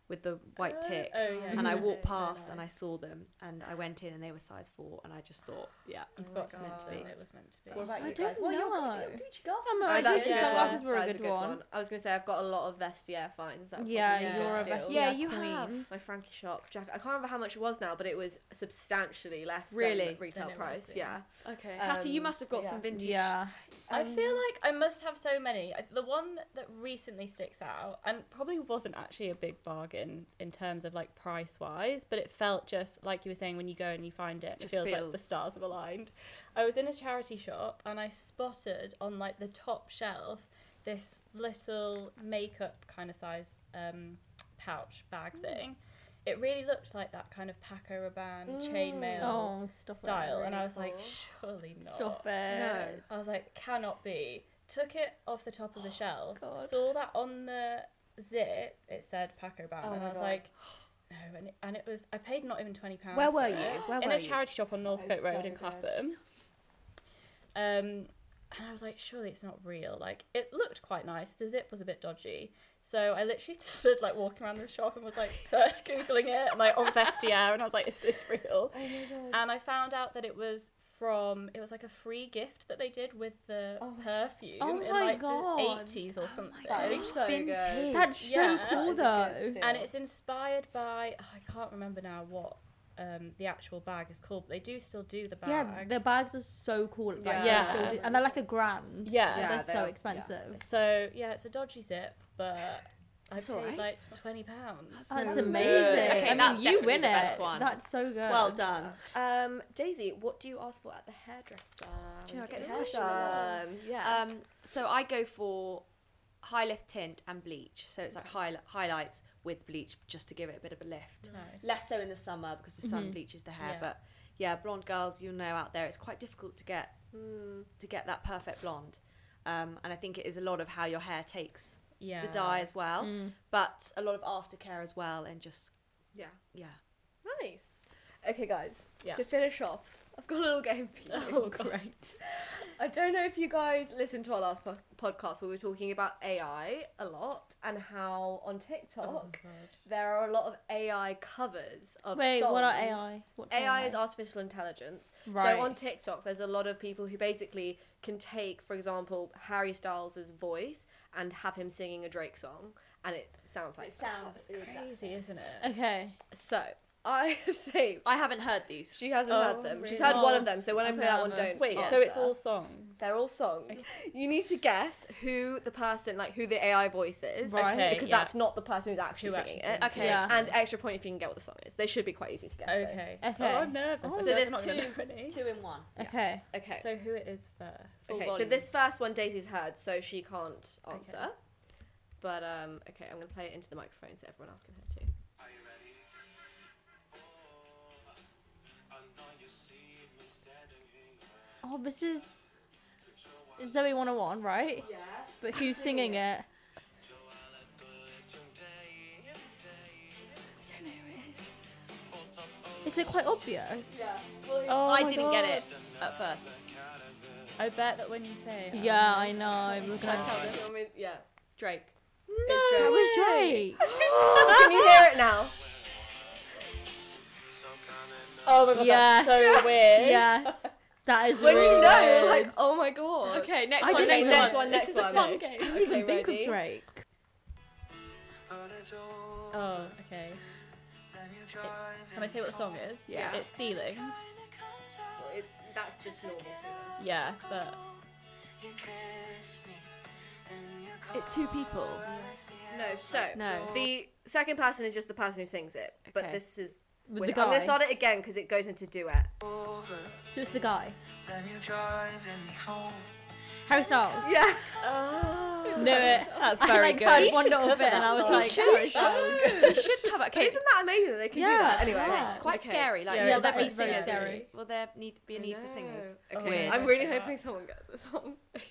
Speaker 2: with the white
Speaker 4: Uh,
Speaker 2: tick.
Speaker 4: Oh yeah.
Speaker 2: and I
Speaker 3: Mhm.
Speaker 2: walked
Speaker 3: So
Speaker 2: past and I
Speaker 3: nice.
Speaker 2: saw them, and I went in, and they were size four, and I just thought, yeah,
Speaker 4: I've
Speaker 3: Oh
Speaker 4: got
Speaker 3: my
Speaker 4: it's meant to be.
Speaker 3: God.
Speaker 4: It was meant to be.
Speaker 3: What about
Speaker 1: I
Speaker 3: you
Speaker 1: don't
Speaker 3: guys? Well, your-
Speaker 1: know.
Speaker 3: your Gucci glasses.
Speaker 1: I'm
Speaker 3: are
Speaker 1: like,
Speaker 3: good.
Speaker 1: Gucci
Speaker 3: Yeah.
Speaker 1: sunglasses were a
Speaker 3: Oh, That is
Speaker 1: good one.
Speaker 3: I was gonna say I've got a lot of Vestiaire finds. That are
Speaker 1: Yeah,
Speaker 3: probably
Speaker 4: you're
Speaker 3: good
Speaker 4: a
Speaker 3: still.
Speaker 1: Vestiaire
Speaker 2: yeah,
Speaker 1: Yeah,
Speaker 2: you
Speaker 1: queen.
Speaker 2: have.
Speaker 3: My Frankie shop jacket. I can't remember how much it was now, but it was substantially less
Speaker 2: Really?
Speaker 3: than the retail
Speaker 4: Than it would
Speaker 3: price.
Speaker 4: be.
Speaker 3: Yeah.
Speaker 2: Okay, Hattie, you
Speaker 3: Um,
Speaker 2: must have got
Speaker 3: yeah.
Speaker 2: some vintage.
Speaker 1: Yeah.
Speaker 4: I feel like I must have so many. I- The one that recently sticks out, and probably wasn't actually a big bargain in terms of like price wise, but it felt just like you were saying when you go and you find it, it
Speaker 2: Just
Speaker 4: feels, like the
Speaker 2: feels.
Speaker 4: stars have aligned. I was in a charity shop and I spotted on like the top shelf this little makeup kind of size um, pouch bag thing. It really looked like that kind of Paco Rabanne chainmail
Speaker 1: Oh, stop
Speaker 4: style,
Speaker 1: it.
Speaker 4: and I was like,
Speaker 3: cool.
Speaker 4: surely not.
Speaker 1: Stop it.
Speaker 4: I was like, cannot be. Took it off the top of the shelf,
Speaker 1: God.
Speaker 4: saw that on the zip, it said Paco Ban,
Speaker 3: Oh
Speaker 4: and
Speaker 3: my
Speaker 4: I was
Speaker 3: God.
Speaker 4: like, [GASPS] no. And it, and it was, I paid not even £20.
Speaker 2: Where
Speaker 4: for
Speaker 2: were
Speaker 4: it.
Speaker 2: you? Where
Speaker 4: Uh, in
Speaker 2: were
Speaker 4: a
Speaker 2: you?
Speaker 4: charity shop on
Speaker 3: is
Speaker 4: Northcote Road
Speaker 3: so
Speaker 4: in
Speaker 3: good.
Speaker 4: Clapham. Um, and I was like, surely it's not real. Like, it looked quite nice. The zip was a bit dodgy. So I literally [LAUGHS] stood, like, walking around the shop and was like, [LAUGHS] search- Googling it, like, on Vestiaire. And I was like, is this
Speaker 3: Oh
Speaker 4: real?
Speaker 3: my god.
Speaker 4: and I found out that it was from it was like a free gift that they did with the
Speaker 3: Oh my- Oh
Speaker 4: perfume
Speaker 1: Oh
Speaker 4: in
Speaker 1: my
Speaker 4: like
Speaker 1: Oh God.
Speaker 4: the eighties or something.
Speaker 3: That is so good.
Speaker 2: vintage.
Speaker 1: That's
Speaker 4: Yeah.
Speaker 1: so cool though.
Speaker 4: and it's inspired by oh, I can't remember now what um, the actual bag is called, but they do still do the bag.
Speaker 1: Yeah, the bags are so cool. Like,
Speaker 3: Yeah.
Speaker 1: yeah,
Speaker 4: Yeah.
Speaker 1: and they're like a grand.
Speaker 4: Yeah.
Speaker 3: Yeah,
Speaker 1: they're
Speaker 3: they
Speaker 1: so
Speaker 3: are- yeah.
Speaker 1: expensive.
Speaker 4: So yeah, it's a dodgy zip, but I
Speaker 2: It's
Speaker 4: paid
Speaker 2: alright.
Speaker 4: like twenty pounds.
Speaker 2: So
Speaker 1: That's
Speaker 2: good.
Speaker 1: amazing.
Speaker 2: Okay,
Speaker 1: I mean,
Speaker 2: that's
Speaker 1: you
Speaker 2: definitely
Speaker 1: win
Speaker 2: the
Speaker 1: it.
Speaker 2: best one.
Speaker 1: That's so good.
Speaker 2: Well done.
Speaker 3: Um, Daisy, what do you ask for at the hairdresser?
Speaker 2: Do you know, I
Speaker 3: When
Speaker 2: get
Speaker 3: you
Speaker 2: this
Speaker 3: your
Speaker 2: question a
Speaker 3: hair
Speaker 2: lot.
Speaker 3: done? Yeah.
Speaker 2: Um, so I go for high lift tint and bleach. So it's like high, highlights with bleach just to give it a bit of a lift.
Speaker 4: Nice.
Speaker 2: Less so in the summer because the sun bleaches the hair.
Speaker 4: Yeah.
Speaker 2: But yeah, blonde girls, you'll know out there, it's quite difficult to get
Speaker 3: Hmm,
Speaker 2: to get that perfect blonde. Um, and I think it is a lot of how your hair takes
Speaker 4: Yeah.
Speaker 2: the dye as well, but a lot of aftercare as well, and just
Speaker 3: yeah.
Speaker 2: yeah.
Speaker 3: Nice. Okay, guys.
Speaker 4: Yeah.
Speaker 3: To finish off, I've got a little game for you.
Speaker 4: [LAUGHS] Oh great.
Speaker 3: I don't know if you guys listened to our last po- podcast where we were talking about AI a lot and how on TikTok
Speaker 4: Oh, God.
Speaker 3: there are a lot of AI covers of
Speaker 1: Wait,
Speaker 3: songs.
Speaker 1: what are AI? What's
Speaker 3: AI is artificial intelligence.
Speaker 1: Right.
Speaker 3: So on TikTok, there's a lot of people who basically can take, for example, Harry Styles' voice and have him singing a Drake song, and it sounds like that.
Speaker 4: Crazy, isn't it?
Speaker 1: Okay.
Speaker 3: So [LAUGHS] I have saved.
Speaker 2: I haven't heard these.
Speaker 3: She hasn't
Speaker 4: Oh,
Speaker 3: had them. She's
Speaker 4: really?
Speaker 3: had one of
Speaker 1: Oh,
Speaker 3: them. So when i
Speaker 1: I'm
Speaker 3: play that one,
Speaker 1: nervous.
Speaker 3: don't.
Speaker 4: Wait, so
Speaker 3: answer.
Speaker 4: it's all songs.
Speaker 3: They're all songs. You need to guess who the person, like who the AI voice is,
Speaker 1: Right. Okay,
Speaker 3: because
Speaker 4: yeah.
Speaker 3: that's not the person who's actually
Speaker 4: Who
Speaker 3: singing
Speaker 4: actually
Speaker 3: it.
Speaker 4: sings
Speaker 2: it. Okay.
Speaker 1: Yeah.
Speaker 3: And extra point if you can get what the song is. They should be quite easy to guess. though.
Speaker 4: Okay.
Speaker 1: Okay.
Speaker 4: Oh, I'm nervous.
Speaker 1: Oh,
Speaker 4: I'm
Speaker 2: So
Speaker 4: just
Speaker 2: there's
Speaker 4: not gonna
Speaker 2: two-
Speaker 4: know any.
Speaker 2: Two in one.
Speaker 1: Okay.
Speaker 3: Okay. Oh.
Speaker 4: So who it is first?
Speaker 2: full
Speaker 3: okay. So
Speaker 2: volume.
Speaker 3: this first one Daisy's heard, so she can't
Speaker 4: Okay.
Speaker 3: answer. But um, okay, I'm gonna play it into the microphone so everyone else can hear too.
Speaker 5: Are you ready? Oh, I know you see me standing here.
Speaker 1: Oh, this is Zoe 101, right? Yeah. But who's singing it?
Speaker 5: Joella good today.
Speaker 1: I don't know who it is.
Speaker 5: Oh,
Speaker 1: makes it quite obvious.
Speaker 4: Oh
Speaker 2: I
Speaker 4: my
Speaker 2: didn't
Speaker 4: God.
Speaker 2: get it at first.
Speaker 4: I bet that when you say it,
Speaker 1: Yeah, I know. I'm
Speaker 2: Can I
Speaker 1: gonna-
Speaker 2: tell them? I mean, yeah, Drake.
Speaker 1: No,
Speaker 2: It's
Speaker 1: that
Speaker 2: Drake.
Speaker 1: was Drake.
Speaker 4: Oh
Speaker 3: Can you hear it now?
Speaker 5: So kinda
Speaker 4: Oh my god,
Speaker 1: Yes.
Speaker 4: that's so weird.
Speaker 1: Yes, that is
Speaker 3: When
Speaker 1: really
Speaker 3: you know,
Speaker 1: weird.
Speaker 3: like, oh my god.
Speaker 2: Okay, next
Speaker 1: I
Speaker 2: one.
Speaker 1: didn't
Speaker 2: Next
Speaker 1: even-
Speaker 2: one.
Speaker 3: This
Speaker 2: Next
Speaker 3: is a
Speaker 2: one.
Speaker 4: Fun game.
Speaker 1: I didn't even
Speaker 3: okay,
Speaker 1: think
Speaker 3: ready?
Speaker 1: of Drake.
Speaker 5: know that it's over,
Speaker 4: Oh, okay.
Speaker 5: then you
Speaker 4: It's,
Speaker 5: drive
Speaker 4: can I say what the song is?
Speaker 1: Yeah.
Speaker 4: It's Ceilings.
Speaker 2: It's, that's just normal.
Speaker 4: Yeah, but
Speaker 5: and you kiss me, and you
Speaker 2: It's two people.
Speaker 3: No, so
Speaker 2: No.
Speaker 3: the second person is just the person who sings it, but
Speaker 2: Okay.
Speaker 3: this is.
Speaker 1: With
Speaker 3: with-
Speaker 1: the guy.
Speaker 3: I'm gonna start it again because it goes into duet.
Speaker 5: come over,
Speaker 1: So it's the guy.
Speaker 5: then you drive me home.
Speaker 1: Harry Styles.
Speaker 3: Yeah. Oh.
Speaker 1: Knew it.
Speaker 2: That's
Speaker 1: I
Speaker 2: very
Speaker 1: like
Speaker 2: good.
Speaker 1: heard
Speaker 2: You
Speaker 1: one
Speaker 2: should
Speaker 1: little
Speaker 2: cover
Speaker 1: bit and
Speaker 2: that
Speaker 1: I was
Speaker 2: song.
Speaker 1: like,
Speaker 2: You
Speaker 1: Harry
Speaker 2: should.
Speaker 1: Styles.
Speaker 2: you should cover. Okay,
Speaker 3: Isn't that amazing that they can do
Speaker 1: Yeah,
Speaker 3: that?
Speaker 1: that's
Speaker 3: Anyway,
Speaker 1: insane.
Speaker 2: it's quite
Speaker 3: okay.
Speaker 2: scary. Like,
Speaker 4: Yeah,
Speaker 2: there'll
Speaker 4: that
Speaker 2: be
Speaker 4: is very
Speaker 2: singers.
Speaker 1: scary.
Speaker 2: Will there need be a
Speaker 3: I
Speaker 2: need for
Speaker 3: know.
Speaker 2: singers?
Speaker 3: Oh, Okay.
Speaker 4: Weird.
Speaker 3: I'm really hoping someone gets
Speaker 1: [LAUGHS]
Speaker 3: this one. [LAUGHS]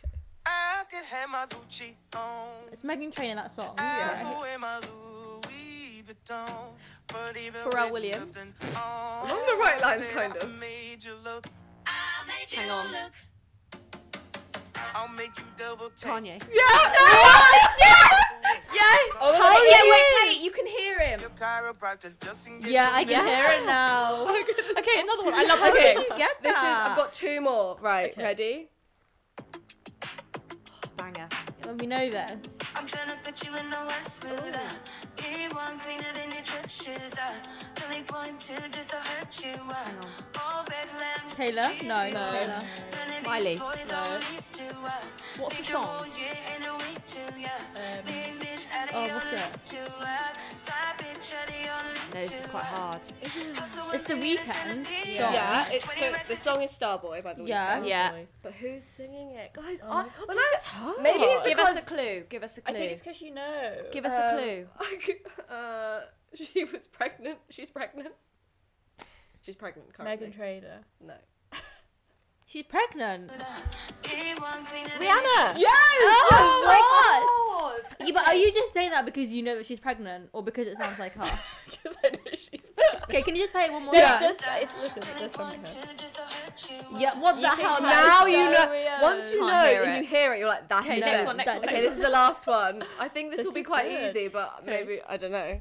Speaker 5: I could have my Gucci on.
Speaker 1: It's Megan Trainor that
Speaker 3: Oh,
Speaker 1: song.
Speaker 5: I
Speaker 1: right?
Speaker 5: go in my Louis Vuitton, but even
Speaker 2: Pharrell
Speaker 5: with
Speaker 2: Williams.
Speaker 5: nothing on,
Speaker 3: Along the right lines,
Speaker 5: baby,
Speaker 3: kind
Speaker 5: I
Speaker 3: of.
Speaker 5: made you look.
Speaker 2: Hang on,
Speaker 5: I'll make you double take.
Speaker 2: Kanye.
Speaker 5: Yes.
Speaker 2: [LAUGHS] Oh, yeah, wait, play it. You can hear him.
Speaker 5: Your chiropractor just in case
Speaker 1: Yeah,
Speaker 5: you
Speaker 1: I can
Speaker 2: Yeah.
Speaker 1: hear it
Speaker 3: [LAUGHS]
Speaker 1: now.
Speaker 2: Okay, another one. I love
Speaker 1: How
Speaker 2: that.
Speaker 1: did
Speaker 3: Okay.
Speaker 1: you get that?
Speaker 3: This is. I've got two more. Right.
Speaker 4: Okay.
Speaker 3: Ready?
Speaker 2: Banger.
Speaker 1: Well, we know this.
Speaker 6: I'm tryna put you in the West mood. uh. Keep on cleaner than your church shoes. uh. Really want to just to hurt you. uh. All red lamps.
Speaker 1: Taylor? No,
Speaker 6: cheesy, uh.
Speaker 1: Taylor.
Speaker 6: None of these
Speaker 2: Miley?
Speaker 6: boys
Speaker 4: No.
Speaker 6: are used to, uh.
Speaker 2: What's the
Speaker 6: Take your
Speaker 2: song?
Speaker 6: whole year and a week to, yeah.
Speaker 4: Um,
Speaker 6: Big bitch out of
Speaker 1: oh,
Speaker 6: your
Speaker 1: what's it?
Speaker 6: league to, uh. Side bitch out of your league
Speaker 2: No, this is
Speaker 6: to,
Speaker 2: quite
Speaker 6: uh.
Speaker 2: hard.
Speaker 6: Hustle
Speaker 1: It's The
Speaker 6: and clean a
Speaker 1: Weeknd
Speaker 6: centipede,
Speaker 1: song.
Speaker 6: uh.
Speaker 3: Yeah. It's
Speaker 6: 20
Speaker 3: so,
Speaker 6: racks
Speaker 3: the
Speaker 6: of-
Speaker 3: song is Starboy by the
Speaker 1: Yeah.
Speaker 3: Weeknd.
Speaker 2: Yeah.
Speaker 3: But who's singing it, guys?
Speaker 4: Oh
Speaker 3: I-
Speaker 4: my God,
Speaker 3: when
Speaker 4: this
Speaker 3: I-
Speaker 4: is hard.
Speaker 3: Maybe it's
Speaker 2: Give us
Speaker 3: because
Speaker 2: a clue. Give us a
Speaker 4: I
Speaker 2: clue.
Speaker 4: think it's because you know.
Speaker 2: Give us a
Speaker 3: Um,
Speaker 2: clue.
Speaker 3: I c- [LAUGHS] uh, she was pregnant. She's pregnant. She's pregnant currently.
Speaker 4: Megan Trader.
Speaker 3: no.
Speaker 1: She's pregnant.
Speaker 6: uh. Keep on cleaner than
Speaker 3: [LAUGHS]
Speaker 6: your
Speaker 4: Rihanna.
Speaker 3: Yes!
Speaker 1: Oh,
Speaker 3: Oh my god!
Speaker 1: Yeah, but are you just saying that because you know that she's pregnant or because it sounds like her?
Speaker 4: Because I know
Speaker 3: [LAUGHS]
Speaker 4: she's pregnant.
Speaker 1: Okay, can you just play it one more
Speaker 4: No,
Speaker 1: time?
Speaker 4: it does. It, listen, it does sound like her.
Speaker 6: uh.
Speaker 1: Yeah, what the hell?
Speaker 4: can
Speaker 1: that
Speaker 3: Now
Speaker 1: is
Speaker 3: you
Speaker 1: so
Speaker 3: know.
Speaker 1: weird.
Speaker 3: Once you
Speaker 2: Can't
Speaker 3: know
Speaker 2: hear
Speaker 3: and
Speaker 2: it.
Speaker 3: you hear it, you're like, that
Speaker 2: Okay,
Speaker 3: is
Speaker 1: next
Speaker 3: it.
Speaker 1: one, next one,
Speaker 3: okay,
Speaker 1: next
Speaker 3: this is the last one. [LAUGHS] I think this,
Speaker 4: This
Speaker 3: will be
Speaker 4: is
Speaker 3: quite
Speaker 4: good.
Speaker 3: easy, but maybe I don't know.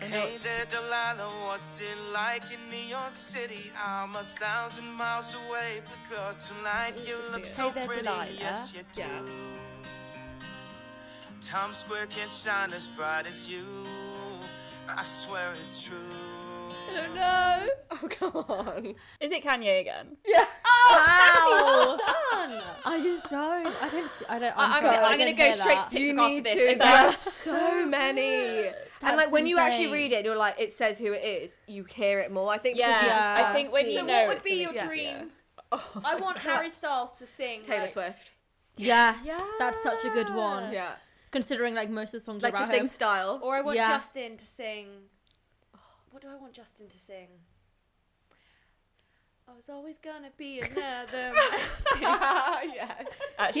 Speaker 5: Hey there, Delilah, what's it like in New York City? I'm a thousand miles away, but girl, tonight you look so
Speaker 2: Hey there,
Speaker 5: pretty.
Speaker 2: Delilah.
Speaker 5: Yes, you do.
Speaker 2: Yeah.
Speaker 5: Times Square can't shine as bright as you. I swear it's true.
Speaker 3: No. Oh come on.
Speaker 4: Is it Kanye again?
Speaker 3: Yeah.
Speaker 1: [LAUGHS] Wow. I just don't. I don't. See, I don't. I'm,
Speaker 2: I'm,
Speaker 1: sorry,
Speaker 2: gonna,
Speaker 1: I
Speaker 2: I'm gonna
Speaker 1: didn't
Speaker 2: go
Speaker 1: hear
Speaker 2: straight
Speaker 1: that.
Speaker 2: to TikTok after this. and
Speaker 3: There
Speaker 2: then-
Speaker 3: are so many. and like
Speaker 1: That's
Speaker 3: when you actually
Speaker 1: insane.
Speaker 3: read it, and you're like, it says who it is. You hear it more. I think.
Speaker 4: Yeah.
Speaker 3: because you just
Speaker 1: Yeah.
Speaker 4: I think when
Speaker 3: see-
Speaker 4: you
Speaker 2: So
Speaker 4: know.
Speaker 2: what would
Speaker 4: it's
Speaker 2: be your
Speaker 4: gonna
Speaker 2: dream?
Speaker 4: easier.
Speaker 2: I [LAUGHS] want Harry Styles to sing
Speaker 3: Taylor
Speaker 2: like-
Speaker 3: Swift.
Speaker 1: Yes, that's such a good one.
Speaker 3: Yeah.
Speaker 1: Considering like most of the songs are
Speaker 3: Like to
Speaker 1: about
Speaker 3: sing
Speaker 1: him.
Speaker 3: style.
Speaker 2: [LAUGHS] Or I want
Speaker 1: Yes.
Speaker 2: Justin to sing. Oh, What do I want Justin to sing? I was always gonna be
Speaker 3: [LAUGHS]
Speaker 2: another. mountain.
Speaker 3: yeah.
Speaker 4: Actually,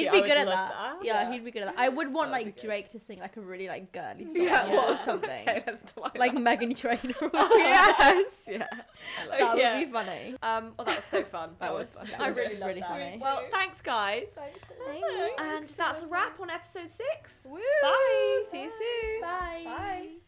Speaker 1: He'd be
Speaker 4: I would
Speaker 1: good at
Speaker 4: love
Speaker 1: that. Yeah, he'd be good at that. I would want
Speaker 3: That'd be
Speaker 1: like
Speaker 3: good.
Speaker 1: Drake to sing like a really like girly song
Speaker 3: Yeah.
Speaker 1: yeah,
Speaker 3: [LAUGHS]
Speaker 1: or
Speaker 3: what?
Speaker 1: something.
Speaker 3: Taylor Delilah.
Speaker 1: Like [LAUGHS] Megan Trainor
Speaker 3: [LAUGHS]
Speaker 1: or
Speaker 3: Oh,
Speaker 1: something.
Speaker 3: yes. Yeah.
Speaker 1: That would
Speaker 2: Yeah.
Speaker 1: be funny.
Speaker 2: um, oh, that was so fun.
Speaker 3: That was
Speaker 1: fun.
Speaker 2: I
Speaker 1: That was
Speaker 2: really
Speaker 1: really
Speaker 2: loved that.
Speaker 1: funny.
Speaker 2: Well, thanks, guys.
Speaker 1: Thank you.
Speaker 2: And that's a wrap on episode six.
Speaker 3: Woo.
Speaker 2: Bye.
Speaker 3: See you soon.
Speaker 1: Bye.
Speaker 3: Bye.